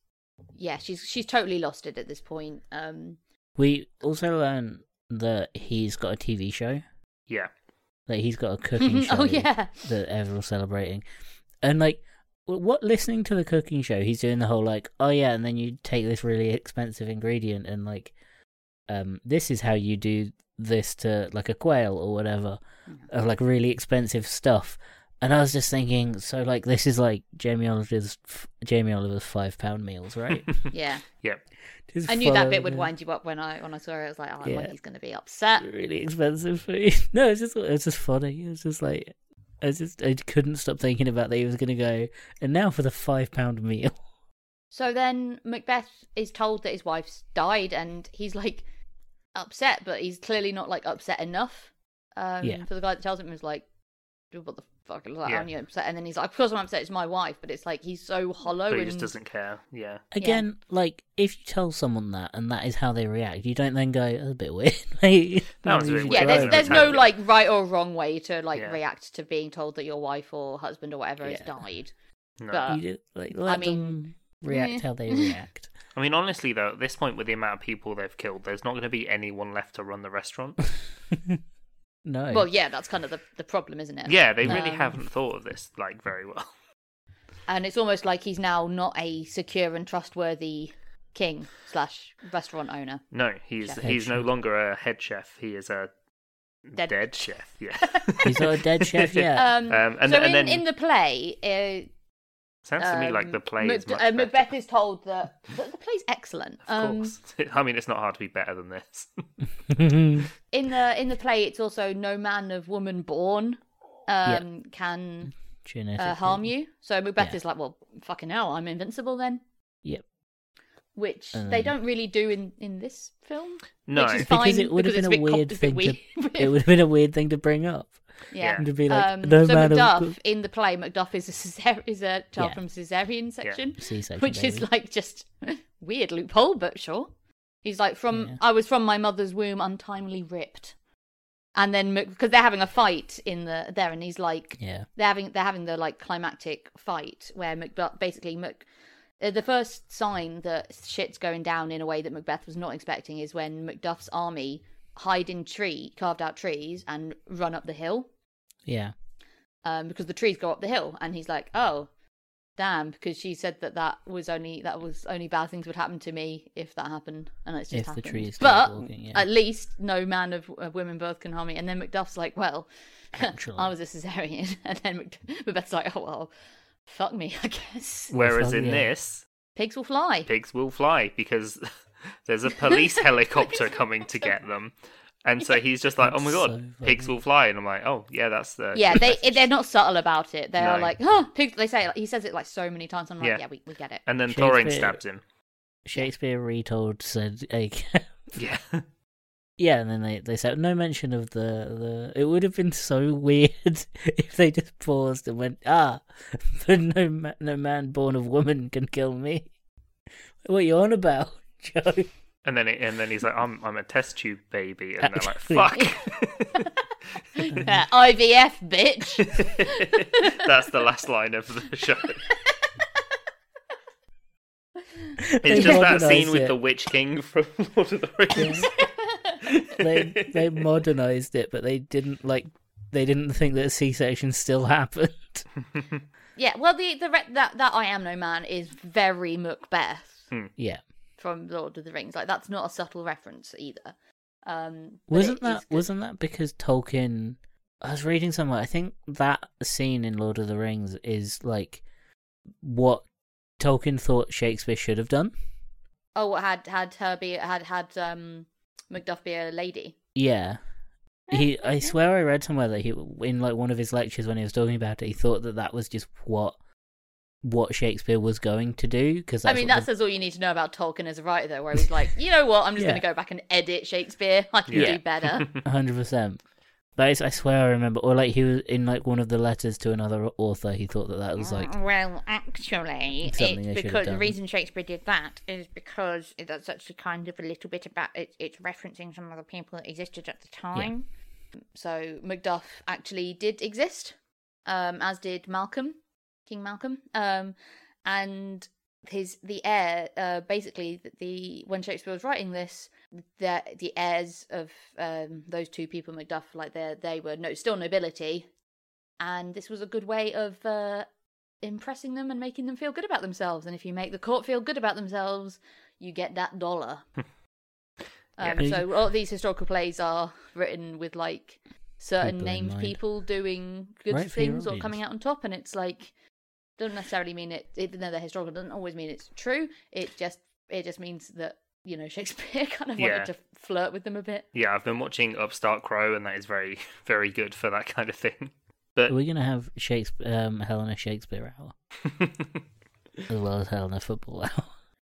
Speaker 3: yeah, she's she's totally lost it at this point. Um,
Speaker 2: We also learn that he's got a TV show,
Speaker 1: Yeah.
Speaker 2: that he's got a cooking show
Speaker 3: [laughs] oh yeah,
Speaker 2: that everyone's celebrating. And like, w- what listening to the cooking show, he's doing the whole like, oh yeah, and then you take this really expensive ingredient and like, um, this is how you do this to like a quail or whatever, of like really expensive stuff. And I was just thinking, so like, this is like Jamie Oliver's f- Jamie Oliver's five pound
Speaker 1: [laughs]
Speaker 2: meals, right?
Speaker 3: yeah.
Speaker 1: Yep.
Speaker 2: Just
Speaker 3: I knew that bit
Speaker 2: follow
Speaker 3: would
Speaker 2: the-
Speaker 3: wind you up when I when I saw it. I was like, oh,
Speaker 2: Yeah.
Speaker 3: well, he's going to be upset.
Speaker 2: really expensive food. [laughs] No, it's just it's just funny. It was just like I just I couldn't stop thinking about that he was gonna go and now for the five pound meal. [laughs]
Speaker 3: So then Macbeth is told that his wife's died, and he's like upset, but he's clearly not like upset enough. Um,
Speaker 2: Yeah.
Speaker 3: For the guy that tells him, he's like, "Dude, "What the fuck? Like,
Speaker 1: Yeah.
Speaker 3: Aren't you upset?" And then he's like, "Of course I'm upset. It's my wife." But it's like he's so hollow.
Speaker 1: But he
Speaker 3: and...
Speaker 1: just doesn't care. Yeah.
Speaker 2: Again, like if you tell someone that and that is how they react, you don't then go "Oh, "That's a bit weird. [laughs] mate."
Speaker 1: That was a
Speaker 2: You
Speaker 1: bit
Speaker 2: should
Speaker 3: Yeah,
Speaker 1: weird.
Speaker 2: go.
Speaker 3: there's there's no
Speaker 1: Yeah.
Speaker 3: like right or wrong way to like
Speaker 1: Yeah.
Speaker 3: react to being told that your wife or husband or whatever has
Speaker 2: Yeah.
Speaker 3: died.
Speaker 1: No.
Speaker 3: But-
Speaker 2: You do, like let
Speaker 3: mean,
Speaker 2: them react
Speaker 3: meh.
Speaker 2: how
Speaker 3: [laughs]
Speaker 2: they react.
Speaker 1: I mean, honestly, though, at this point, with the amount of people they've killed, there's not going to be anyone left to run the
Speaker 3: [laughs]
Speaker 1: restaurant.
Speaker 2: no, [laughs]
Speaker 3: Well, yeah, that's kind of the the problem, isn't it?
Speaker 1: yeah, they really
Speaker 3: Um,
Speaker 1: haven't thought of this like very well. [laughs]
Speaker 3: And it's almost like he's now not a secure and trustworthy king slash restaurant owner.
Speaker 1: No, he's
Speaker 2: Chef.
Speaker 1: he's
Speaker 2: Head
Speaker 1: no
Speaker 2: chef.
Speaker 1: longer a head chef. He is a
Speaker 3: Dead.
Speaker 1: dead, chef. Yeah,
Speaker 3: [laughs]
Speaker 2: He's not a dead
Speaker 1: [laughs]
Speaker 2: chef yet.
Speaker 3: Um,
Speaker 1: Um, and,
Speaker 3: so
Speaker 1: and
Speaker 3: in,
Speaker 1: then
Speaker 3: in the play, uh,
Speaker 1: sounds to me like the
Speaker 3: um,
Speaker 1: play
Speaker 3: Mac-
Speaker 1: is much
Speaker 3: uh,
Speaker 1: better.
Speaker 3: Macbeth is told that the, the play's excellent.
Speaker 1: Of
Speaker 3: um,
Speaker 1: course, [laughs] I mean, it's not hard to be better than this. [laughs]
Speaker 3: In the in the play, it's also no man of woman born um, can uh,
Speaker 2: Genetically.
Speaker 3: harm you. So Macbeth
Speaker 2: Yeah.
Speaker 3: is like, well, fucking hell, I'm invincible then. [laughs]
Speaker 2: Yep.
Speaker 3: Which
Speaker 2: And
Speaker 3: they
Speaker 2: then-
Speaker 3: don't really do in in this film.
Speaker 1: No,
Speaker 3: which is fine
Speaker 2: Because it would have
Speaker 3: because
Speaker 2: been a,
Speaker 3: it's bit cop-
Speaker 2: weird
Speaker 3: it's
Speaker 2: thing to
Speaker 3: [laughs] weird.
Speaker 2: it would have been a weird thing to bring up.
Speaker 3: yeah.
Speaker 1: Yeah.
Speaker 2: To be like
Speaker 3: um,
Speaker 2: no
Speaker 3: so
Speaker 2: man
Speaker 3: Macduff
Speaker 2: of
Speaker 3: in the play, Macduff is a Caesar- [laughs] is a child
Speaker 2: Yeah.
Speaker 3: from Caesarean section,
Speaker 2: C-section,
Speaker 3: which is
Speaker 2: baby.
Speaker 3: like just [laughs] weird loophole, but sure. He's like from
Speaker 2: Yeah.
Speaker 3: I was from my mother's womb, untimely ripped, and then because they're having a fight in the there, and he's like
Speaker 2: yeah.
Speaker 3: they're having they're having the like climactic fight where Macbeth basically Mac, uh, the first sign that shit's going down in a way that Macbeth was not expecting is when Macduff's army hide in tree carved out trees and run up the hill
Speaker 2: Yeah.
Speaker 3: um, because the trees go up the hill and he's like oh damn because she said that that was only that was only bad things would happen to me if that happened and it's just
Speaker 2: If the
Speaker 3: happened.
Speaker 2: trees
Speaker 3: but
Speaker 2: started walking, yeah.
Speaker 3: at least no man of, of women birth can harm me and then macduff's like well
Speaker 2: Actually.
Speaker 3: [laughs] i was a cesarean [laughs] and then Mac- macbeth's like oh well fuck me i guess
Speaker 1: Whereas
Speaker 2: felt-
Speaker 1: in
Speaker 2: yeah.
Speaker 1: this,
Speaker 3: pigs will fly
Speaker 1: pigs will fly because [laughs] there's a
Speaker 2: [laughs]
Speaker 1: police helicopter coming to get them. And so he's just like, "Oh my
Speaker 2: That's
Speaker 1: god,
Speaker 2: so
Speaker 1: pigs
Speaker 2: funny.
Speaker 1: will fly," and I'm like, "Oh yeah, that's the
Speaker 3: yeah they they're not subtle about it they are
Speaker 1: No.
Speaker 3: like huh pigs they say it, he says it like so many times i'm like yeah,
Speaker 1: Yeah.
Speaker 3: we, we
Speaker 1: [laughs]
Speaker 3: get it [laughs]
Speaker 1: And then Thorin
Speaker 2: Shakespeare-
Speaker 1: stabbed him. [laughs]
Speaker 2: Shakespeare retold said like
Speaker 1: Yeah,
Speaker 2: yeah, and then they they said no mention of the the. It would have been so [laughs] weird if they just paused and went ah, [laughs] but no ma- no man born of woman can kill me. [laughs] What are you on about, [laughs] Joe?
Speaker 1: and then it, and then he's like, "I'm I'm a test tube baby," and they're like,
Speaker 2: Actually.
Speaker 1: "Fuck."
Speaker 2: [laughs]
Speaker 1: [laughs]
Speaker 3: Yeah, ivf
Speaker 1: [laughs]
Speaker 3: bitch
Speaker 1: That's the last line of the show.
Speaker 2: [laughs] They
Speaker 1: It's just that
Speaker 2: modernised
Speaker 1: scene with
Speaker 2: it.
Speaker 1: the Witch King from [laughs] Lord of the Rings.
Speaker 2: They
Speaker 3: [laughs]
Speaker 2: they modernized it, but they didn't like they didn't think that C section still [laughs] happened.
Speaker 3: Yeah, well, the the re- that that I am no man is very Macbeth
Speaker 2: Yeah,
Speaker 3: from Lord of the Rings. Like that's not a subtle reference either. Um, but
Speaker 2: wasn't
Speaker 3: it
Speaker 2: that
Speaker 3: is good.
Speaker 2: wasn't that because Tolkien? I was reading somewhere. I think that scene in Lord of the Rings is like what Tolkien thought Shakespeare should have done.
Speaker 3: Oh, what had had her be had had um Macduff be a lady?
Speaker 2: Yeah.
Speaker 3: Oh,
Speaker 2: He, I swear, I read somewhere that he, in like one of his lectures when he was talking about it, he thought that that was just what, what Shakespeare was going to do. Because
Speaker 3: I mean, that says all you need to know about Tolkien as a writer, though, where
Speaker 2: [laughs]
Speaker 3: he's like, you know what, I'm just
Speaker 2: Yeah.
Speaker 3: going to go back and edit Shakespeare. [laughs] I can
Speaker 1: Yeah.
Speaker 3: do better.
Speaker 2: [laughs] hundred percent. That is, I swear, I remember. Or like he was in like one of the letters to another author. He thought that that was like
Speaker 3: Mm, well, actually,
Speaker 2: Something they
Speaker 3: it's
Speaker 2: should have
Speaker 3: because the
Speaker 2: done.
Speaker 3: reason Shakespeare did that is because it- that's actually kind of a little bit about it, it's referencing some other people that existed at the time. So Macduff actually did exist, um, as did Malcolm, King Malcolm, um, and his the heir. Uh, basically, the, the when Shakespeare was writing this, the the heirs of um, those two people, Macduff, like they they were no still nobility, and this was a good way of uh, impressing them and making them feel good about themselves. And if you make the court feel good about themselves, you get that dollar. um,
Speaker 2: Yeah.
Speaker 3: So all these historical plays are written with like certain
Speaker 2: People in
Speaker 3: named
Speaker 2: mind.
Speaker 3: people doing good
Speaker 2: Right for your
Speaker 3: things or coming
Speaker 2: audience.
Speaker 3: out on top, and it's like doesn't necessarily mean it. Even though they're historical, doesn't always mean it's true. It just it just means that you know [laughs] Shakespeare kind of
Speaker 1: Yeah.
Speaker 3: wanted to flirt with them a bit.
Speaker 1: Yeah, I've been watching Upstart Crow, and that is very, [laughs] very good for that kind of thing. But
Speaker 2: Are we gonna have Shakespeare, um, Helena Shakespeare hour as well as Helena football hour?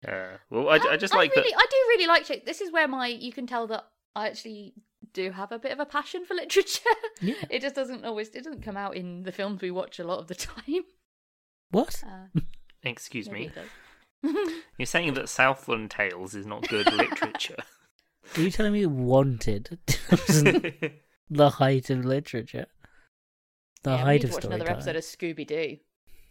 Speaker 1: [laughs]
Speaker 2: [laughs]
Speaker 1: uh, well, I, I just like
Speaker 3: really,
Speaker 1: that.
Speaker 3: I do really like Shakespeare. This is where my you can tell that I actually do have a bit of a passion for [laughs] literature.
Speaker 2: Yeah.
Speaker 3: it just doesn't always it doesn't come out in the films we watch a lot of the [laughs] time.
Speaker 2: What?
Speaker 3: Uh,
Speaker 1: Excuse
Speaker 3: maybe
Speaker 1: me.
Speaker 3: it does.
Speaker 1: You're saying that Southland Tales is not good
Speaker 2: [laughs]
Speaker 1: literature.
Speaker 2: Are you telling me Wanted [laughs]
Speaker 3: [laughs]
Speaker 2: wasn't
Speaker 1: [laughs]
Speaker 2: the height of literature? The
Speaker 3: Yeah, we
Speaker 2: height
Speaker 3: need
Speaker 2: of
Speaker 3: to watch
Speaker 2: storytelling.
Speaker 3: another episode of Scooby Doo.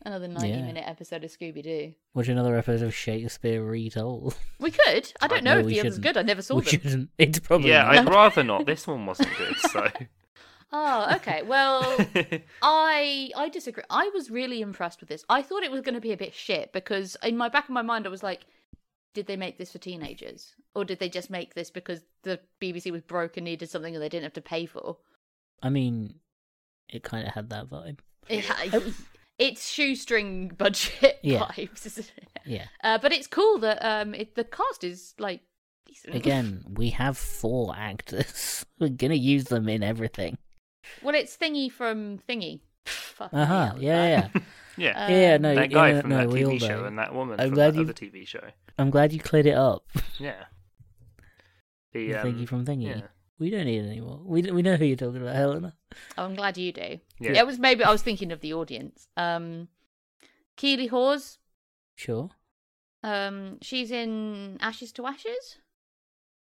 Speaker 3: Another
Speaker 2: Yeah.
Speaker 3: ninety-minute episode of Scooby Doo.
Speaker 2: Watch another episode of Shakespeare retold.
Speaker 3: We could. I don't
Speaker 1: I-
Speaker 3: know
Speaker 2: no,
Speaker 3: if
Speaker 2: we
Speaker 3: the other's
Speaker 2: shouldn't.
Speaker 3: good. I never saw
Speaker 2: we
Speaker 3: them.
Speaker 2: shouldn't. It's probably
Speaker 1: yeah,
Speaker 2: not.
Speaker 1: I'd rather not. This one wasn't good, so.
Speaker 3: [laughs] Oh, okay.
Speaker 2: [laughs]
Speaker 3: Well, I I disagree. I was really impressed with this. I thought it was going to be a bit shit because in my back of my mind I was like, did they make this for teenagers or did they just make this because the BBC was broke and needed something that they didn't have to pay for?
Speaker 2: I mean, it kind of had that vibe.
Speaker 3: It, ha- [laughs] it's shoestring budget
Speaker 2: Yeah.
Speaker 3: vibes, isn't it?
Speaker 2: Yeah.
Speaker 3: Uh, but it's cool that um it, the cast is like decent.
Speaker 2: Again, we have four actors. [laughs] We're gonna use them in everything.
Speaker 3: [laughs] Well, it's Thingy from Thingy. [laughs] Fucking
Speaker 2: Uh huh.
Speaker 3: hell, that-
Speaker 2: Yeah, yeah.
Speaker 1: [laughs] yeah.
Speaker 2: yeah.
Speaker 3: Um,
Speaker 2: No,
Speaker 1: that
Speaker 2: yeah,
Speaker 1: guy
Speaker 2: no,
Speaker 1: from
Speaker 2: no,
Speaker 1: that
Speaker 2: we all
Speaker 1: TV show
Speaker 2: know.
Speaker 1: and that woman
Speaker 2: I'm
Speaker 1: from
Speaker 2: glad
Speaker 1: that
Speaker 2: you-
Speaker 1: other TV show.
Speaker 2: I'm glad you cleared it up. [laughs]
Speaker 1: Yeah. The,
Speaker 2: The thingy
Speaker 1: um,
Speaker 2: from thingy.
Speaker 1: yeah.
Speaker 2: We don't need it anymore. We we know who you're talking about, Helena.
Speaker 3: Oh, [laughs] I'm glad you do.
Speaker 1: Yeah.
Speaker 3: Yeah. it was maybe I was thinking of the audience. Um, Keely Hawes.
Speaker 2: Sure.
Speaker 3: Um, she's in Ashes to Ashes.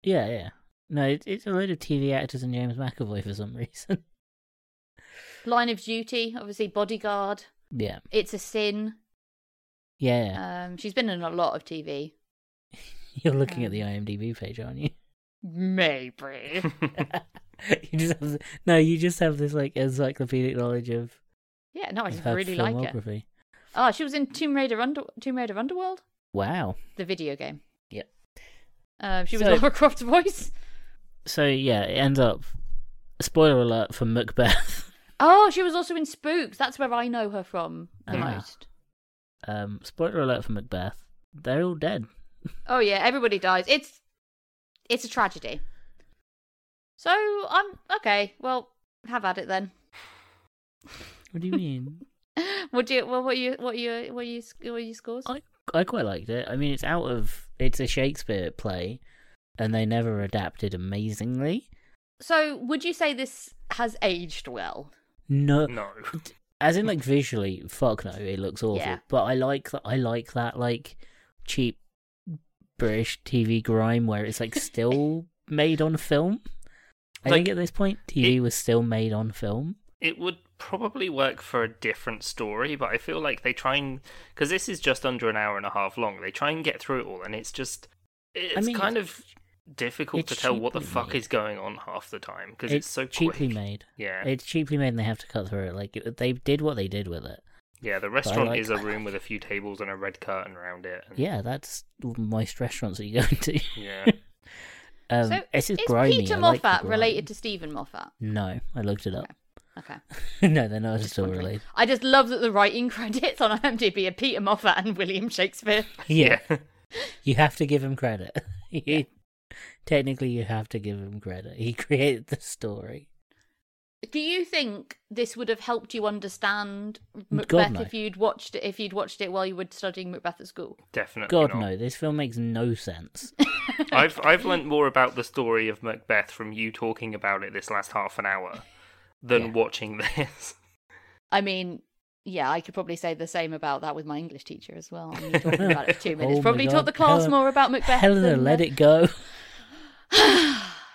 Speaker 2: Yeah, yeah. No, it, it's a load of TV actors and James McAvoy for some [laughs] reason.
Speaker 3: Line of Duty, obviously Bodyguard.
Speaker 2: yeah,
Speaker 3: It's a Sin.
Speaker 2: yeah. yeah.
Speaker 1: Uh,
Speaker 3: Um, she's been in a lot of TV.
Speaker 2: You're looking at the
Speaker 3: um,
Speaker 2: IMDb page, aren't you?
Speaker 3: Maybe.
Speaker 2: [laughs] you just have th- no. You just have this like encyclopedic knowledge of,
Speaker 3: [laughs] yeah, no, I
Speaker 2: of
Speaker 3: just
Speaker 2: her
Speaker 3: really like her.
Speaker 2: filmography.
Speaker 3: Oh, she was in Tomb Raider Under Tomb Raider Underworld,
Speaker 2: Wow.
Speaker 3: the video game.
Speaker 2: Yep.
Speaker 3: Um, she was
Speaker 2: So-
Speaker 3: Lara Croft's voice.
Speaker 2: So yeah, it ends up. Spoiler alert for Macbeth. [laughs]
Speaker 3: Oh, she was also in Spooks. That's where I know her from the
Speaker 2: Ah.
Speaker 3: most.
Speaker 2: um, spoiler alert for Macbeth. They're all dead.
Speaker 3: Oh yeah, everybody dies. It's it's a tragedy. So I'm okay. Well, have at it then.
Speaker 2: What
Speaker 3: [laughs]
Speaker 2: do you mean?
Speaker 3: What do you? Well, what are you? What are you? What are you? What are your scores?
Speaker 2: I I quite liked it. I mean, it's out of it's a Shakespeare play, and they never adapted amazingly.
Speaker 3: So, would you say this has aged well?
Speaker 1: [laughs]
Speaker 2: No,
Speaker 1: no.
Speaker 2: [laughs] as in like visually, fuck no, it looks awful.
Speaker 3: Yeah.
Speaker 2: But I like that. I like that like cheap British TV grime where it's like still made on film. I
Speaker 1: Like,
Speaker 2: think at this point, TV
Speaker 1: it-
Speaker 2: was still made on film.
Speaker 1: It would probably work for a different story, but I feel like they try and because this is just under an hour and a half long. They try and get through it all, and it's just it's
Speaker 2: mean,
Speaker 1: kind of difficult
Speaker 2: it's
Speaker 1: to tell what the
Speaker 2: cheaply
Speaker 1: fuck
Speaker 2: made.
Speaker 1: is going on half the time because it's, so
Speaker 2: cheaply
Speaker 1: quick.
Speaker 2: made.
Speaker 1: Yeah,
Speaker 2: It's cheaply made, and they have to cut through it. Like it- they did what they did with it.
Speaker 1: yeah. The restaurant
Speaker 2: like-
Speaker 1: is a room with a few tables and a red curtain around it.
Speaker 2: [laughs]
Speaker 1: And,
Speaker 2: Yeah, that's most restaurants that you go [laughs] into.
Speaker 1: yeah.
Speaker 2: Um,
Speaker 3: so,
Speaker 2: it's just
Speaker 3: is
Speaker 2: grimy.
Speaker 3: Peter
Speaker 2: I like the
Speaker 3: Moffat
Speaker 2: grime.
Speaker 3: related to Stephen Moffat?
Speaker 2: No, I looked it up.
Speaker 3: Okay,
Speaker 2: [laughs] no, they're not
Speaker 3: just
Speaker 2: at all
Speaker 3: wondering. [laughs]
Speaker 2: related.
Speaker 3: I just love that the writing [laughs] credits on IMDb are Peter Moffat and William Shakespeare.
Speaker 1: [laughs]
Speaker 2: Yeah, you have to give him credit. [laughs] He- Technically, you have to give him credit. He [laughs] created the story.
Speaker 3: Do you think this would have helped you understand Macbeth
Speaker 2: no.
Speaker 3: if you'd watched it? If you'd watched it while you were studying Macbeth at school?
Speaker 1: definitely.
Speaker 2: God
Speaker 1: not.
Speaker 2: no, this film makes no
Speaker 3: [laughs]
Speaker 2: sense.
Speaker 1: I've I've learnt more about the story of Macbeth from you talking about it this last half an hour than
Speaker 3: Yeah.
Speaker 1: watching [laughs] this.
Speaker 3: I mean, yeah, I could probably say the same about that with my English teacher as well.
Speaker 2: [laughs]
Speaker 3: I mean, you talked about it for two minutes.
Speaker 2: Oh my
Speaker 3: probably taught
Speaker 2: God,
Speaker 3: the class
Speaker 2: Helen-
Speaker 3: more about Macbeth.
Speaker 2: Helena,
Speaker 3: than,
Speaker 2: let
Speaker 3: uh,
Speaker 2: it
Speaker 3: [sighs]
Speaker 2: go. [laughs]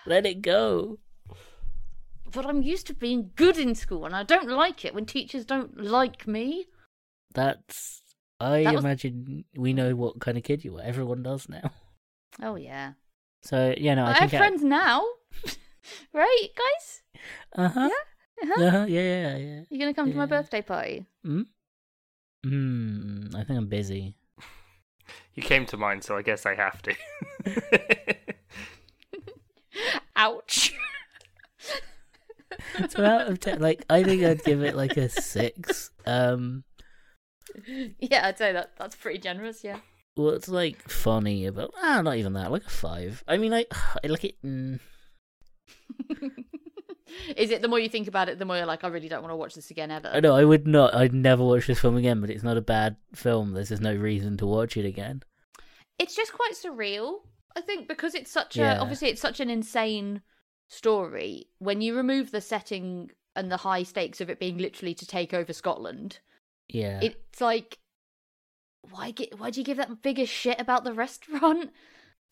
Speaker 2: let it go.
Speaker 3: But I'm used to being good in school, and I don't like it when teachers don't like me.
Speaker 2: That's. I
Speaker 3: That was-
Speaker 2: imagine we know what kind of kid you were. Everyone does now. [laughs]
Speaker 3: Oh yeah,
Speaker 2: So yeah, no, I,
Speaker 3: I, have
Speaker 2: think
Speaker 3: friends now, [laughs] right, guys?
Speaker 2: Uh huh.
Speaker 3: Yeah? Uh-huh.
Speaker 2: Yeah. Uh-huh. Yeah. Yeah. Yeah.
Speaker 3: You're gonna come to my
Speaker 2: Yeah.
Speaker 3: birthday party?
Speaker 2: Hmm. Hmm. I think I'm busy.
Speaker 1: You came to mind, so I guess I have to. [laughs]
Speaker 3: Ouch.
Speaker 2: So out of ten, like I think I'd give it like a six. Um,
Speaker 3: [laughs] yeah, I'd say that that's pretty generous. Yeah.
Speaker 2: what's like funny about? Ah, not even that. Like a five. I mean, like, [sighs] I like it. Mm,
Speaker 3: [laughs] Is it the more you think about it, the more you're like, I really don't want to watch this again ever.
Speaker 2: I know I would not. I'd never watch this film again. But it's not a bad film. There's just no reason to watch it again.
Speaker 3: It's just quite surreal, I think, because it's such
Speaker 2: Yeah.
Speaker 3: a obviously it's such an insane story. When you remove the setting and the high stakes of it being literally to take over Scotland,
Speaker 2: Yeah.
Speaker 3: it's like. Why gi- Why do you give that bigger shit about the [laughs] restaurant?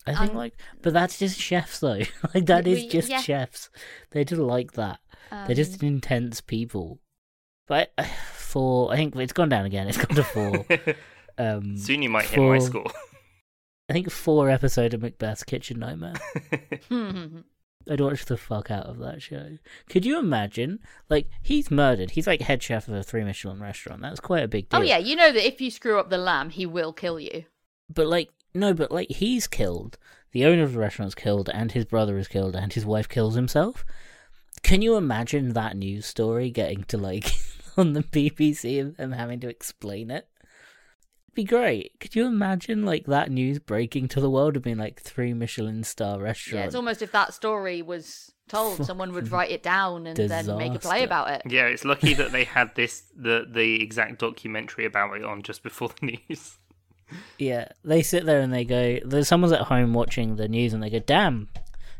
Speaker 2: I think
Speaker 3: Um,
Speaker 2: like, but that's just chefs though. [laughs] like that
Speaker 3: we-
Speaker 2: is just
Speaker 3: yeah.
Speaker 2: chefs. They just like that. They're just
Speaker 3: Um,
Speaker 2: intense people. But uh, four, I [sighs] think it's gone down again. It's gone to
Speaker 3: [laughs]
Speaker 2: four.
Speaker 1: [laughs]
Speaker 2: um,
Speaker 1: Soon you might hit my
Speaker 2: Four.
Speaker 1: score. [laughs]
Speaker 2: I think four episode of Macbeth's Kitchen Nightmare.
Speaker 3: hmm,
Speaker 2: I'd watch the fuck out of that show. Could you imagine? Like he's murdered. He's like head chef of a three Michelin restaurant. That's quite a big deal.
Speaker 3: oh yeah, you know that if you screw up the lamb, he will kill you.
Speaker 2: But like no, but like he's killed. The owner of the restaurant's killed, and his brother is killed, and his wife kills himself. Can you imagine that news story getting to like [laughs] on the BBC and them having to explain it? It'd be great. Could you imagine like that news breaking to the world and being like three Michelin star
Speaker 3: Yeah,
Speaker 2: restaurant?
Speaker 3: it's almost if that story was
Speaker 2: [laughs]
Speaker 3: told, someone would
Speaker 2: Fucking
Speaker 3: write it down and then make a play
Speaker 2: disaster.
Speaker 3: about it.
Speaker 1: yeah, it's lucky that they had this the the exact documentary about it on just before the news. [laughs]
Speaker 2: Yeah, they sit there and they go. There's someone's at home watching the news and they go, "Damn,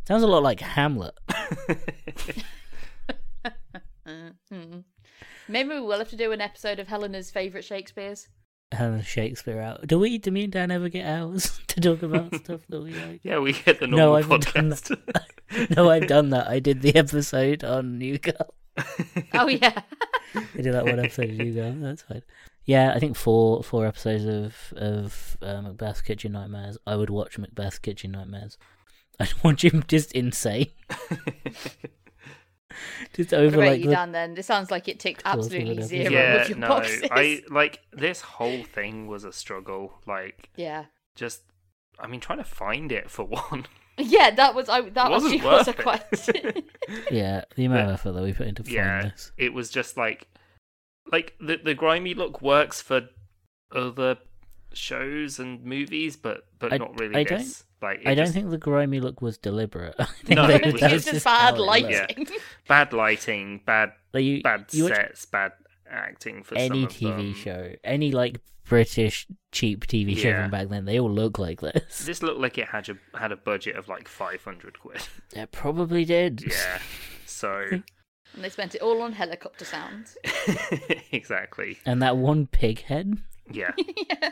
Speaker 2: sounds a lot like Hamlet." [laughs]
Speaker 3: Mm. Maybe we will have to do an episode of Helena's favourite Shakespeare's. [laughs]
Speaker 2: Helen Shakespeare out. Do we? Do me and Dan ever get hours [laughs] to talk about stuff that we like?
Speaker 1: Yeah, we get the
Speaker 2: No,
Speaker 1: normal
Speaker 2: I haven't done
Speaker 1: podcast. [laughs]
Speaker 2: [laughs]
Speaker 3: [laughs]
Speaker 2: No, I've done that. I did the episode on New Girl.
Speaker 3: Oh yeah,
Speaker 2: [laughs] I did that one episode of New Girl. That's fine. Yeah, I think four four episodes of of uh, Macbeth's Kitchen Nightmares. I would watch Macbeth's Kitchen Nightmares. [laughs] I'd watch him just insane, [laughs] just [laughs]
Speaker 3: what
Speaker 2: over
Speaker 3: about
Speaker 2: like
Speaker 3: you,
Speaker 2: the-
Speaker 3: Dan? Then this sounds like it ticked
Speaker 2: Cool,
Speaker 3: absolutely
Speaker 2: cool,
Speaker 3: zero
Speaker 1: yeah,
Speaker 3: with your
Speaker 1: no,
Speaker 3: boxes.
Speaker 1: I like this whole thing was a struggle. Like,
Speaker 3: [laughs] Yeah, [laughs]
Speaker 1: just I mean, trying to find it for [laughs] one.
Speaker 3: yeah, that was I. That
Speaker 1: Wasn't
Speaker 3: actually [laughs] was a
Speaker 1: worth [laughs]
Speaker 3: question.
Speaker 2: yeah the amount
Speaker 1: Yeah.
Speaker 2: of effort that we put into finding
Speaker 1: yeah,
Speaker 2: this.
Speaker 1: it was just like, like the the grimy look works for other shows and movies, but but
Speaker 2: I-
Speaker 1: not really
Speaker 2: I don't-
Speaker 1: this. like, it
Speaker 2: I don't
Speaker 1: just-
Speaker 2: think the grimy look was deliberate. [laughs] I think
Speaker 1: No,
Speaker 2: that
Speaker 1: it was
Speaker 2: that
Speaker 1: just
Speaker 2: how
Speaker 3: bad
Speaker 2: it
Speaker 3: lighting.
Speaker 2: looked.
Speaker 3: [laughs]
Speaker 1: bad lighting, bad
Speaker 2: Like you,
Speaker 1: bad
Speaker 2: you watch
Speaker 1: sets, bad acting for
Speaker 2: any
Speaker 1: some of
Speaker 2: TV
Speaker 1: them.
Speaker 2: show, any like British cheap TV show
Speaker 1: Yeah.
Speaker 2: from back then, they all look
Speaker 1: [laughs]
Speaker 2: like this.
Speaker 1: This looked like it had a had a budget of like five hundred
Speaker 2: [laughs]
Speaker 1: quid.
Speaker 2: It probably did.
Speaker 1: Yeah, so [laughs]
Speaker 3: And they spent it all on helicopter sounds. [laughs]
Speaker 1: exactly.
Speaker 2: And that one pig head.
Speaker 1: Yeah,
Speaker 3: yeah.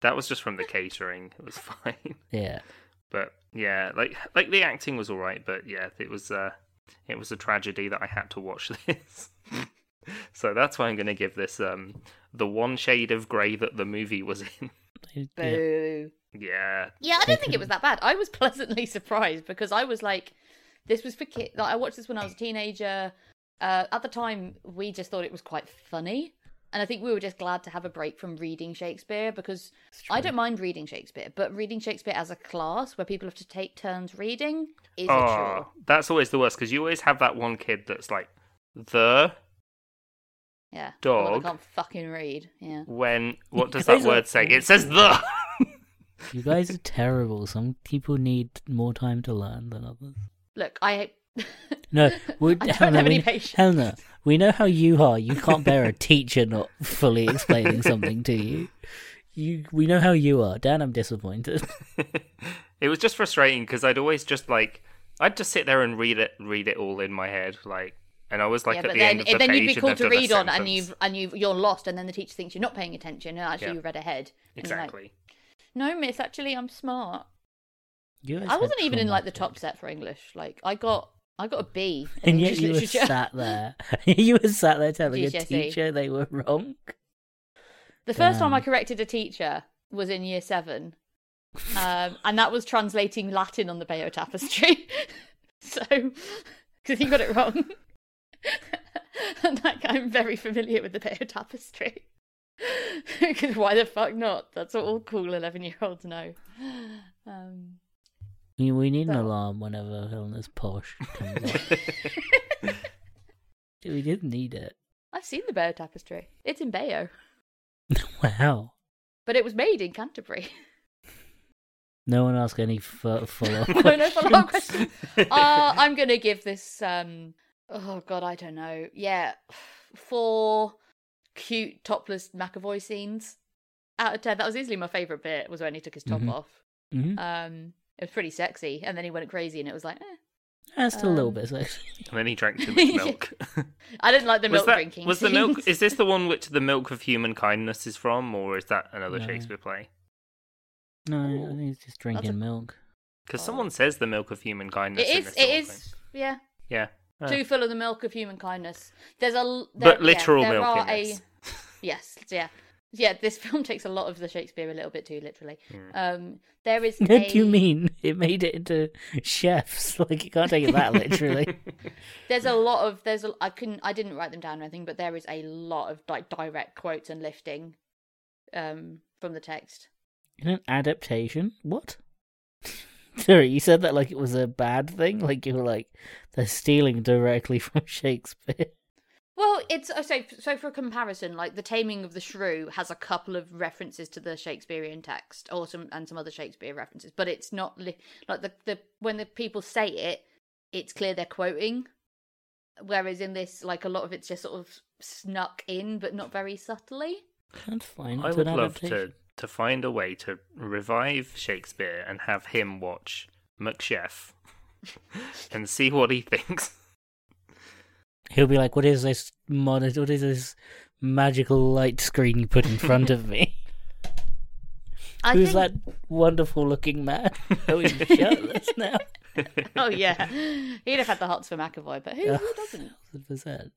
Speaker 1: that was just from the catering. It was [laughs] fine,
Speaker 2: Yeah.
Speaker 1: but yeah, like like the acting was all right, but yeah, it was uh, it was a tragedy that I had to watch [laughs] this. so that's why I'm going to give this um the one shade of grey that the movie was in. [laughs]
Speaker 2: They- yeah.
Speaker 3: Boo.
Speaker 1: Yeah,
Speaker 3: Yeah, I
Speaker 2: They
Speaker 3: don't think it was that bad. I was [laughs] pleasantly surprised because I was like, this was for kids. Like, I watched this when I was a teenager. Uh, at the time, we just thought it was quite funny. And I think we were just glad to have a break from reading Shakespeare because I don't mind reading Shakespeare, but reading Shakespeare as a class where people have to take turns reading is a
Speaker 1: oh,
Speaker 3: chore.
Speaker 1: that's always the worst because you always have that one kid that's like the
Speaker 3: Yeah. the one that
Speaker 1: dog.
Speaker 3: can't fucking read. Yeah.
Speaker 1: when what
Speaker 2: [laughs]
Speaker 1: does
Speaker 2: You
Speaker 1: that
Speaker 2: guys are-
Speaker 1: word say? It says the. [laughs]
Speaker 2: You guys are terrible. Some people need more time to learn than others.
Speaker 3: Look,
Speaker 1: [laughs]
Speaker 3: I. [laughs]
Speaker 2: No, we,
Speaker 3: I don't
Speaker 2: Helena,
Speaker 3: have any
Speaker 2: we,
Speaker 3: patience.
Speaker 2: Helena, we know how you are. You can't bear a teacher not fully explaining something to you. You, we know how you are, Dan. I'm disappointed. [laughs]
Speaker 1: it was just frustrating because I'd always just like I'd just sit there and read it, read it all in my head, like and I was like
Speaker 3: yeah,
Speaker 1: at
Speaker 3: but
Speaker 1: the
Speaker 3: then
Speaker 1: end of the
Speaker 3: then
Speaker 1: page,
Speaker 3: you'd be
Speaker 1: and
Speaker 3: called
Speaker 1: I've
Speaker 3: to
Speaker 1: done a
Speaker 3: read on, and
Speaker 1: sentence.
Speaker 3: you've and you you're lost, and then the teacher thinks you're not paying attention, and actually
Speaker 1: Yeah.
Speaker 3: you read ahead. And you're like,
Speaker 1: exactly.
Speaker 3: no, miss, actually I'm smart.
Speaker 2: You guys
Speaker 3: I
Speaker 2: had
Speaker 3: wasn't even in like the top
Speaker 2: traumatic-
Speaker 3: set for English. Like I got I got a B. in
Speaker 2: And yet
Speaker 3: English
Speaker 2: you were
Speaker 3: literature.
Speaker 2: sat there. [laughs] you were sat there telling your
Speaker 3: GCSE.
Speaker 2: teacher they were wrong.
Speaker 3: The first time I
Speaker 2: Damn.
Speaker 3: corrected a teacher was in year seven, um, and that was translating Latin on the Bayeux Tapestry. [laughs] so, because he got it wrong, [laughs] and like I'm very familiar with the Bayeux Tapestry. [laughs] Because why the fuck not? That's what all cool eleven-year-olds know. Um,
Speaker 2: We we need an
Speaker 3: So-
Speaker 2: alarm whenever Helena's posh comes up.
Speaker 3: [laughs]
Speaker 2: [laughs] we didn't need it.
Speaker 3: I've seen the Bayeux Tapestry. It's in Bayeux,
Speaker 2: Wow.
Speaker 3: but it was made in Canterbury. [laughs]
Speaker 2: No one asked any f- follow-up
Speaker 3: [laughs] No, no follow-up
Speaker 2: questions.
Speaker 3: questions. uh, I'm gonna give this. um Oh God, I don't know. Yeah, four cute topless McAvoy scenes out of ten. That was easily my favorite bit. Was when he took his top
Speaker 1: Mm-hmm.
Speaker 2: Mhm.
Speaker 3: off.
Speaker 2: Mhm.
Speaker 3: Um, it was pretty sexy, and then he went crazy, and it was like, eh.
Speaker 2: That's still a little
Speaker 3: um,
Speaker 2: bit sexy.
Speaker 1: [laughs] And then he drank
Speaker 3: [laughs]
Speaker 1: too much milk.
Speaker 3: I didn't like the
Speaker 1: was
Speaker 3: milk
Speaker 1: that,
Speaker 3: drinking.
Speaker 1: was the milk?
Speaker 3: [laughs] scenes.
Speaker 1: Is this the one which the milk of human kindness is from, or is that another
Speaker 2: No.
Speaker 1: Shakespeare play?
Speaker 2: No, I
Speaker 3: Ooh,
Speaker 2: think it's just drinking milk.
Speaker 1: Because
Speaker 3: Oh.
Speaker 1: someone says the milk of human kindness.
Speaker 3: It
Speaker 1: in
Speaker 3: is.
Speaker 1: this
Speaker 3: It
Speaker 1: little thing.
Speaker 3: is. Yeah,
Speaker 1: Yeah. Uh,
Speaker 3: too full of the milk of human kindness. There's a. l- There,
Speaker 1: but literal
Speaker 3: yeah, there
Speaker 1: milk
Speaker 3: Are
Speaker 1: in this.
Speaker 3: A, yes. Yeah. Yeah. This [laughs] film takes a lot of the Shakespeare a little bit too literally.
Speaker 1: Hmm.
Speaker 3: Um, there is.
Speaker 2: [laughs] What do you
Speaker 3: a-
Speaker 2: mean? It made it into chefs. [laughs] Like you can't take it
Speaker 3: [laughs]
Speaker 2: that literally.
Speaker 3: There's a lot of there's a I couldn't I didn't write them down or anything, but there is a lot of like direct quotes and lifting um from the text.
Speaker 2: In an adaptation, what? [laughs] Sorry, you said that like it was a bad thing. Like you were like they're stealing directly [laughs] from Shakespeare.
Speaker 3: Well, it's oh, so so for comparison, like the Taming of the Shrew has a couple of references to the Shakespearean text, or some and some other Shakespeare references, but it's not li- like the the when the people say it, it's clear they're quoting. Whereas in this, like a lot of it's just sort of snuck in, but not very subtly.
Speaker 2: That's fine.
Speaker 1: I
Speaker 2: it's
Speaker 1: would
Speaker 2: an
Speaker 1: love
Speaker 2: adaptation.
Speaker 1: to to find a way to revive Shakespeare and have him watch McChef [laughs] and see what he thinks. [laughs]
Speaker 2: He'll be like, "What is this monitor? What is this magical light screen you put in front of me?
Speaker 3: [laughs] I
Speaker 2: Who's
Speaker 3: think-
Speaker 2: that wonderful
Speaker 1: [laughs]
Speaker 2: looking man? Oh, he's shirtless now. [laughs]
Speaker 3: [laughs] oh yeah, he'd have had the hots for McAvoy, but who, who doesn't?
Speaker 2: Thousand percent.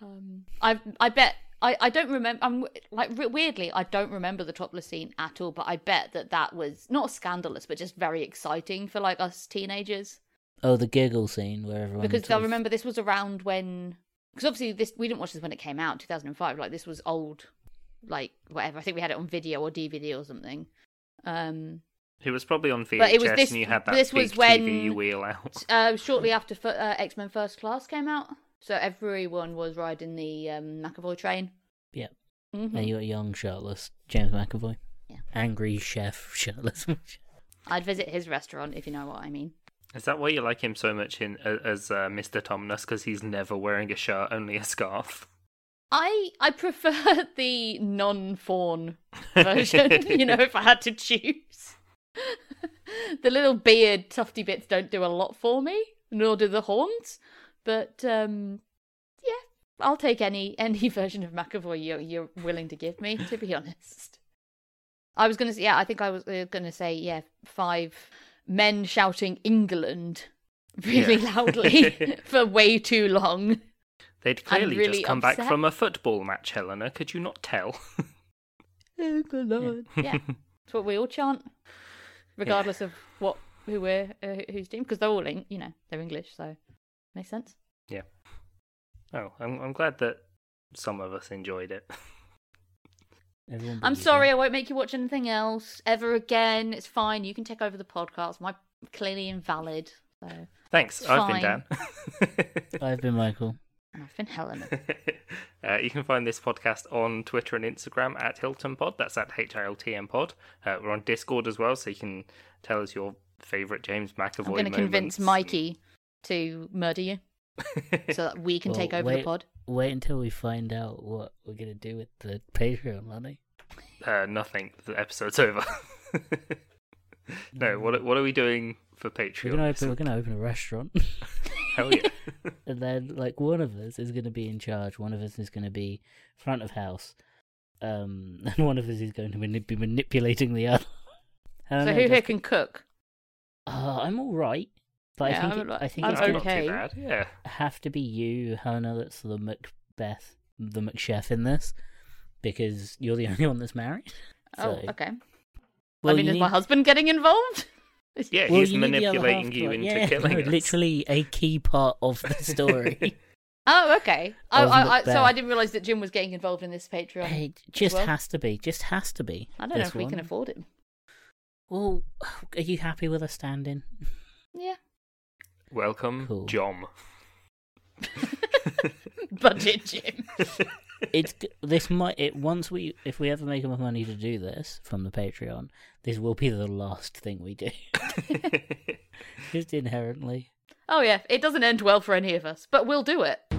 Speaker 3: Um, I I bet I, I don't remember. I'm like re- weirdly I don't remember the topless scene at all, but I bet that that was not scandalous, but just very exciting for like us teenagers
Speaker 2: Oh, the giggle scene where everyone
Speaker 3: because
Speaker 2: sort
Speaker 3: I
Speaker 2: of-
Speaker 3: remember this was around when because obviously this we didn't watch this when it came out 2005. Like this was old, like whatever. I think we had it on video or DVD or something. Um,
Speaker 1: It was probably on VHS,
Speaker 3: But it was this-
Speaker 1: and you had that
Speaker 3: this was
Speaker 1: big TV
Speaker 3: when-
Speaker 1: you wheel out. [laughs]
Speaker 3: uh, shortly after F- uh, X Men First Class came out, so everyone was riding the um, McAvoy train.
Speaker 2: Yep.
Speaker 3: Mhm.
Speaker 2: And you got young shirtless James McAvoy.
Speaker 3: Yeah.
Speaker 2: Angry chef [laughs] shirtless.
Speaker 3: I'd visit his restaurant if you know what I mean.
Speaker 1: Is that why you like him so much in a- as uh, Mr. Tomnus? Because he's never wearing a shirt, only a
Speaker 3: [laughs]
Speaker 1: scarf.
Speaker 3: I I prefer [laughs] the non-fawn version. [laughs] you know, if I had to choose, [laughs] the little beard tufty bits don't do a lot for me, nor do the horns. But um, yeah, I'll take any any [laughs] version of McAvoy you're, you're willing to give me. To be [laughs] honest, I was gonna say yeah. I think I was uh, gonna say yeah. Five men shouting England [laughs] really
Speaker 1: Yeah.
Speaker 3: loudly for way too long.
Speaker 1: [laughs] They'd clearly
Speaker 3: really
Speaker 1: just come back
Speaker 3: upset.
Speaker 1: from a football match, Helena. Could you not tell? [laughs]
Speaker 3: England. [laughs] Yeah, it's what we all chant, regardless of what who we're uh, who's team, because they're all Eng- you know they're English, so makes sense.
Speaker 1: yeah. Oh, I'm, I'm glad that some of us enjoyed it.
Speaker 2: Everyone
Speaker 3: I'm
Speaker 2: believes him.
Speaker 3: sorry, I won't make you watch anything else ever again. It's fine. You can take over the podcast. My clearly invalid. So and
Speaker 1: Thanks.
Speaker 3: It's
Speaker 1: I've been
Speaker 3: fine.
Speaker 1: Dan.
Speaker 2: I've been Michael.
Speaker 3: I've
Speaker 2: [laughs]
Speaker 3: been Helena.
Speaker 1: [laughs] uh, you can find this podcast on Twitter and Instagram at Hilton Pod. That's at H I L T M Pod. Uh, we're on Discord as well, so you can tell us your favourite James McAvoy.
Speaker 3: I'm going to
Speaker 1: moments
Speaker 3: convince
Speaker 1: and-
Speaker 3: Mikey to
Speaker 2: [laughs]
Speaker 3: murder you so that we can
Speaker 2: Well,
Speaker 3: take over the
Speaker 2: wait-
Speaker 3: pod.
Speaker 2: Wait until we find out what we're gonna do with the Patreon money.
Speaker 1: Uh, nothing. The episode's [laughs] over. no. What What are we doing for
Speaker 2: We're gonna
Speaker 1: Patreon?
Speaker 2: open. We're gonna open a restaurant. [laughs]
Speaker 1: Hell yeah.
Speaker 2: and then like one of us is going to be in charge one of us is going to be front of house um [laughs] and one of us is going to mani- be manipulating the other [laughs] I don't
Speaker 3: so
Speaker 2: know,
Speaker 3: who here
Speaker 2: just-
Speaker 3: can cook?
Speaker 2: uh, i'm all right but
Speaker 3: Yeah,
Speaker 2: i think
Speaker 3: I'm
Speaker 2: it-
Speaker 3: all right.
Speaker 2: i think
Speaker 3: [laughs] I'm
Speaker 2: it's
Speaker 1: That's
Speaker 2: going
Speaker 3: okay.
Speaker 1: Not too bad. Yeah.
Speaker 2: to have to be you hannah that's the macbeth the mcchef in this because you're the [laughs] only one that's married
Speaker 3: Oh,
Speaker 2: So-
Speaker 3: okay.
Speaker 2: Well,
Speaker 3: I mean,
Speaker 2: you
Speaker 3: is
Speaker 2: need-
Speaker 3: my husband getting involved?
Speaker 1: Yeah,
Speaker 2: well,
Speaker 1: he's
Speaker 2: you need the other
Speaker 1: manipulating
Speaker 2: half to,
Speaker 1: you
Speaker 2: like-
Speaker 1: into
Speaker 2: yeah,
Speaker 1: killing
Speaker 2: [laughs] no,
Speaker 1: us.
Speaker 2: literally a key part of
Speaker 3: [laughs]
Speaker 2: the story
Speaker 3: Oh, okay. I,
Speaker 2: Of
Speaker 3: I, I,
Speaker 2: Macbeth.
Speaker 3: so I didn't realize that Jim was getting involved in this Patreon.
Speaker 2: It just
Speaker 3: well.
Speaker 2: has to be. Just has to be.
Speaker 3: I don't know
Speaker 2: this
Speaker 3: if we
Speaker 2: one.
Speaker 3: can afford him.
Speaker 2: Well, are you happy with a stand-in?
Speaker 3: Yeah,
Speaker 1: Welcome,
Speaker 2: Cool.
Speaker 1: Jom.
Speaker 3: [laughs] budget Jim.
Speaker 2: It's g- [laughs] this might it once we if we ever make enough money to do this from the Patreon, this will be the last thing
Speaker 1: [laughs]
Speaker 2: we do. [laughs] just inherently.
Speaker 3: Oh yeah, it doesn't end well for any of us, but we'll do it.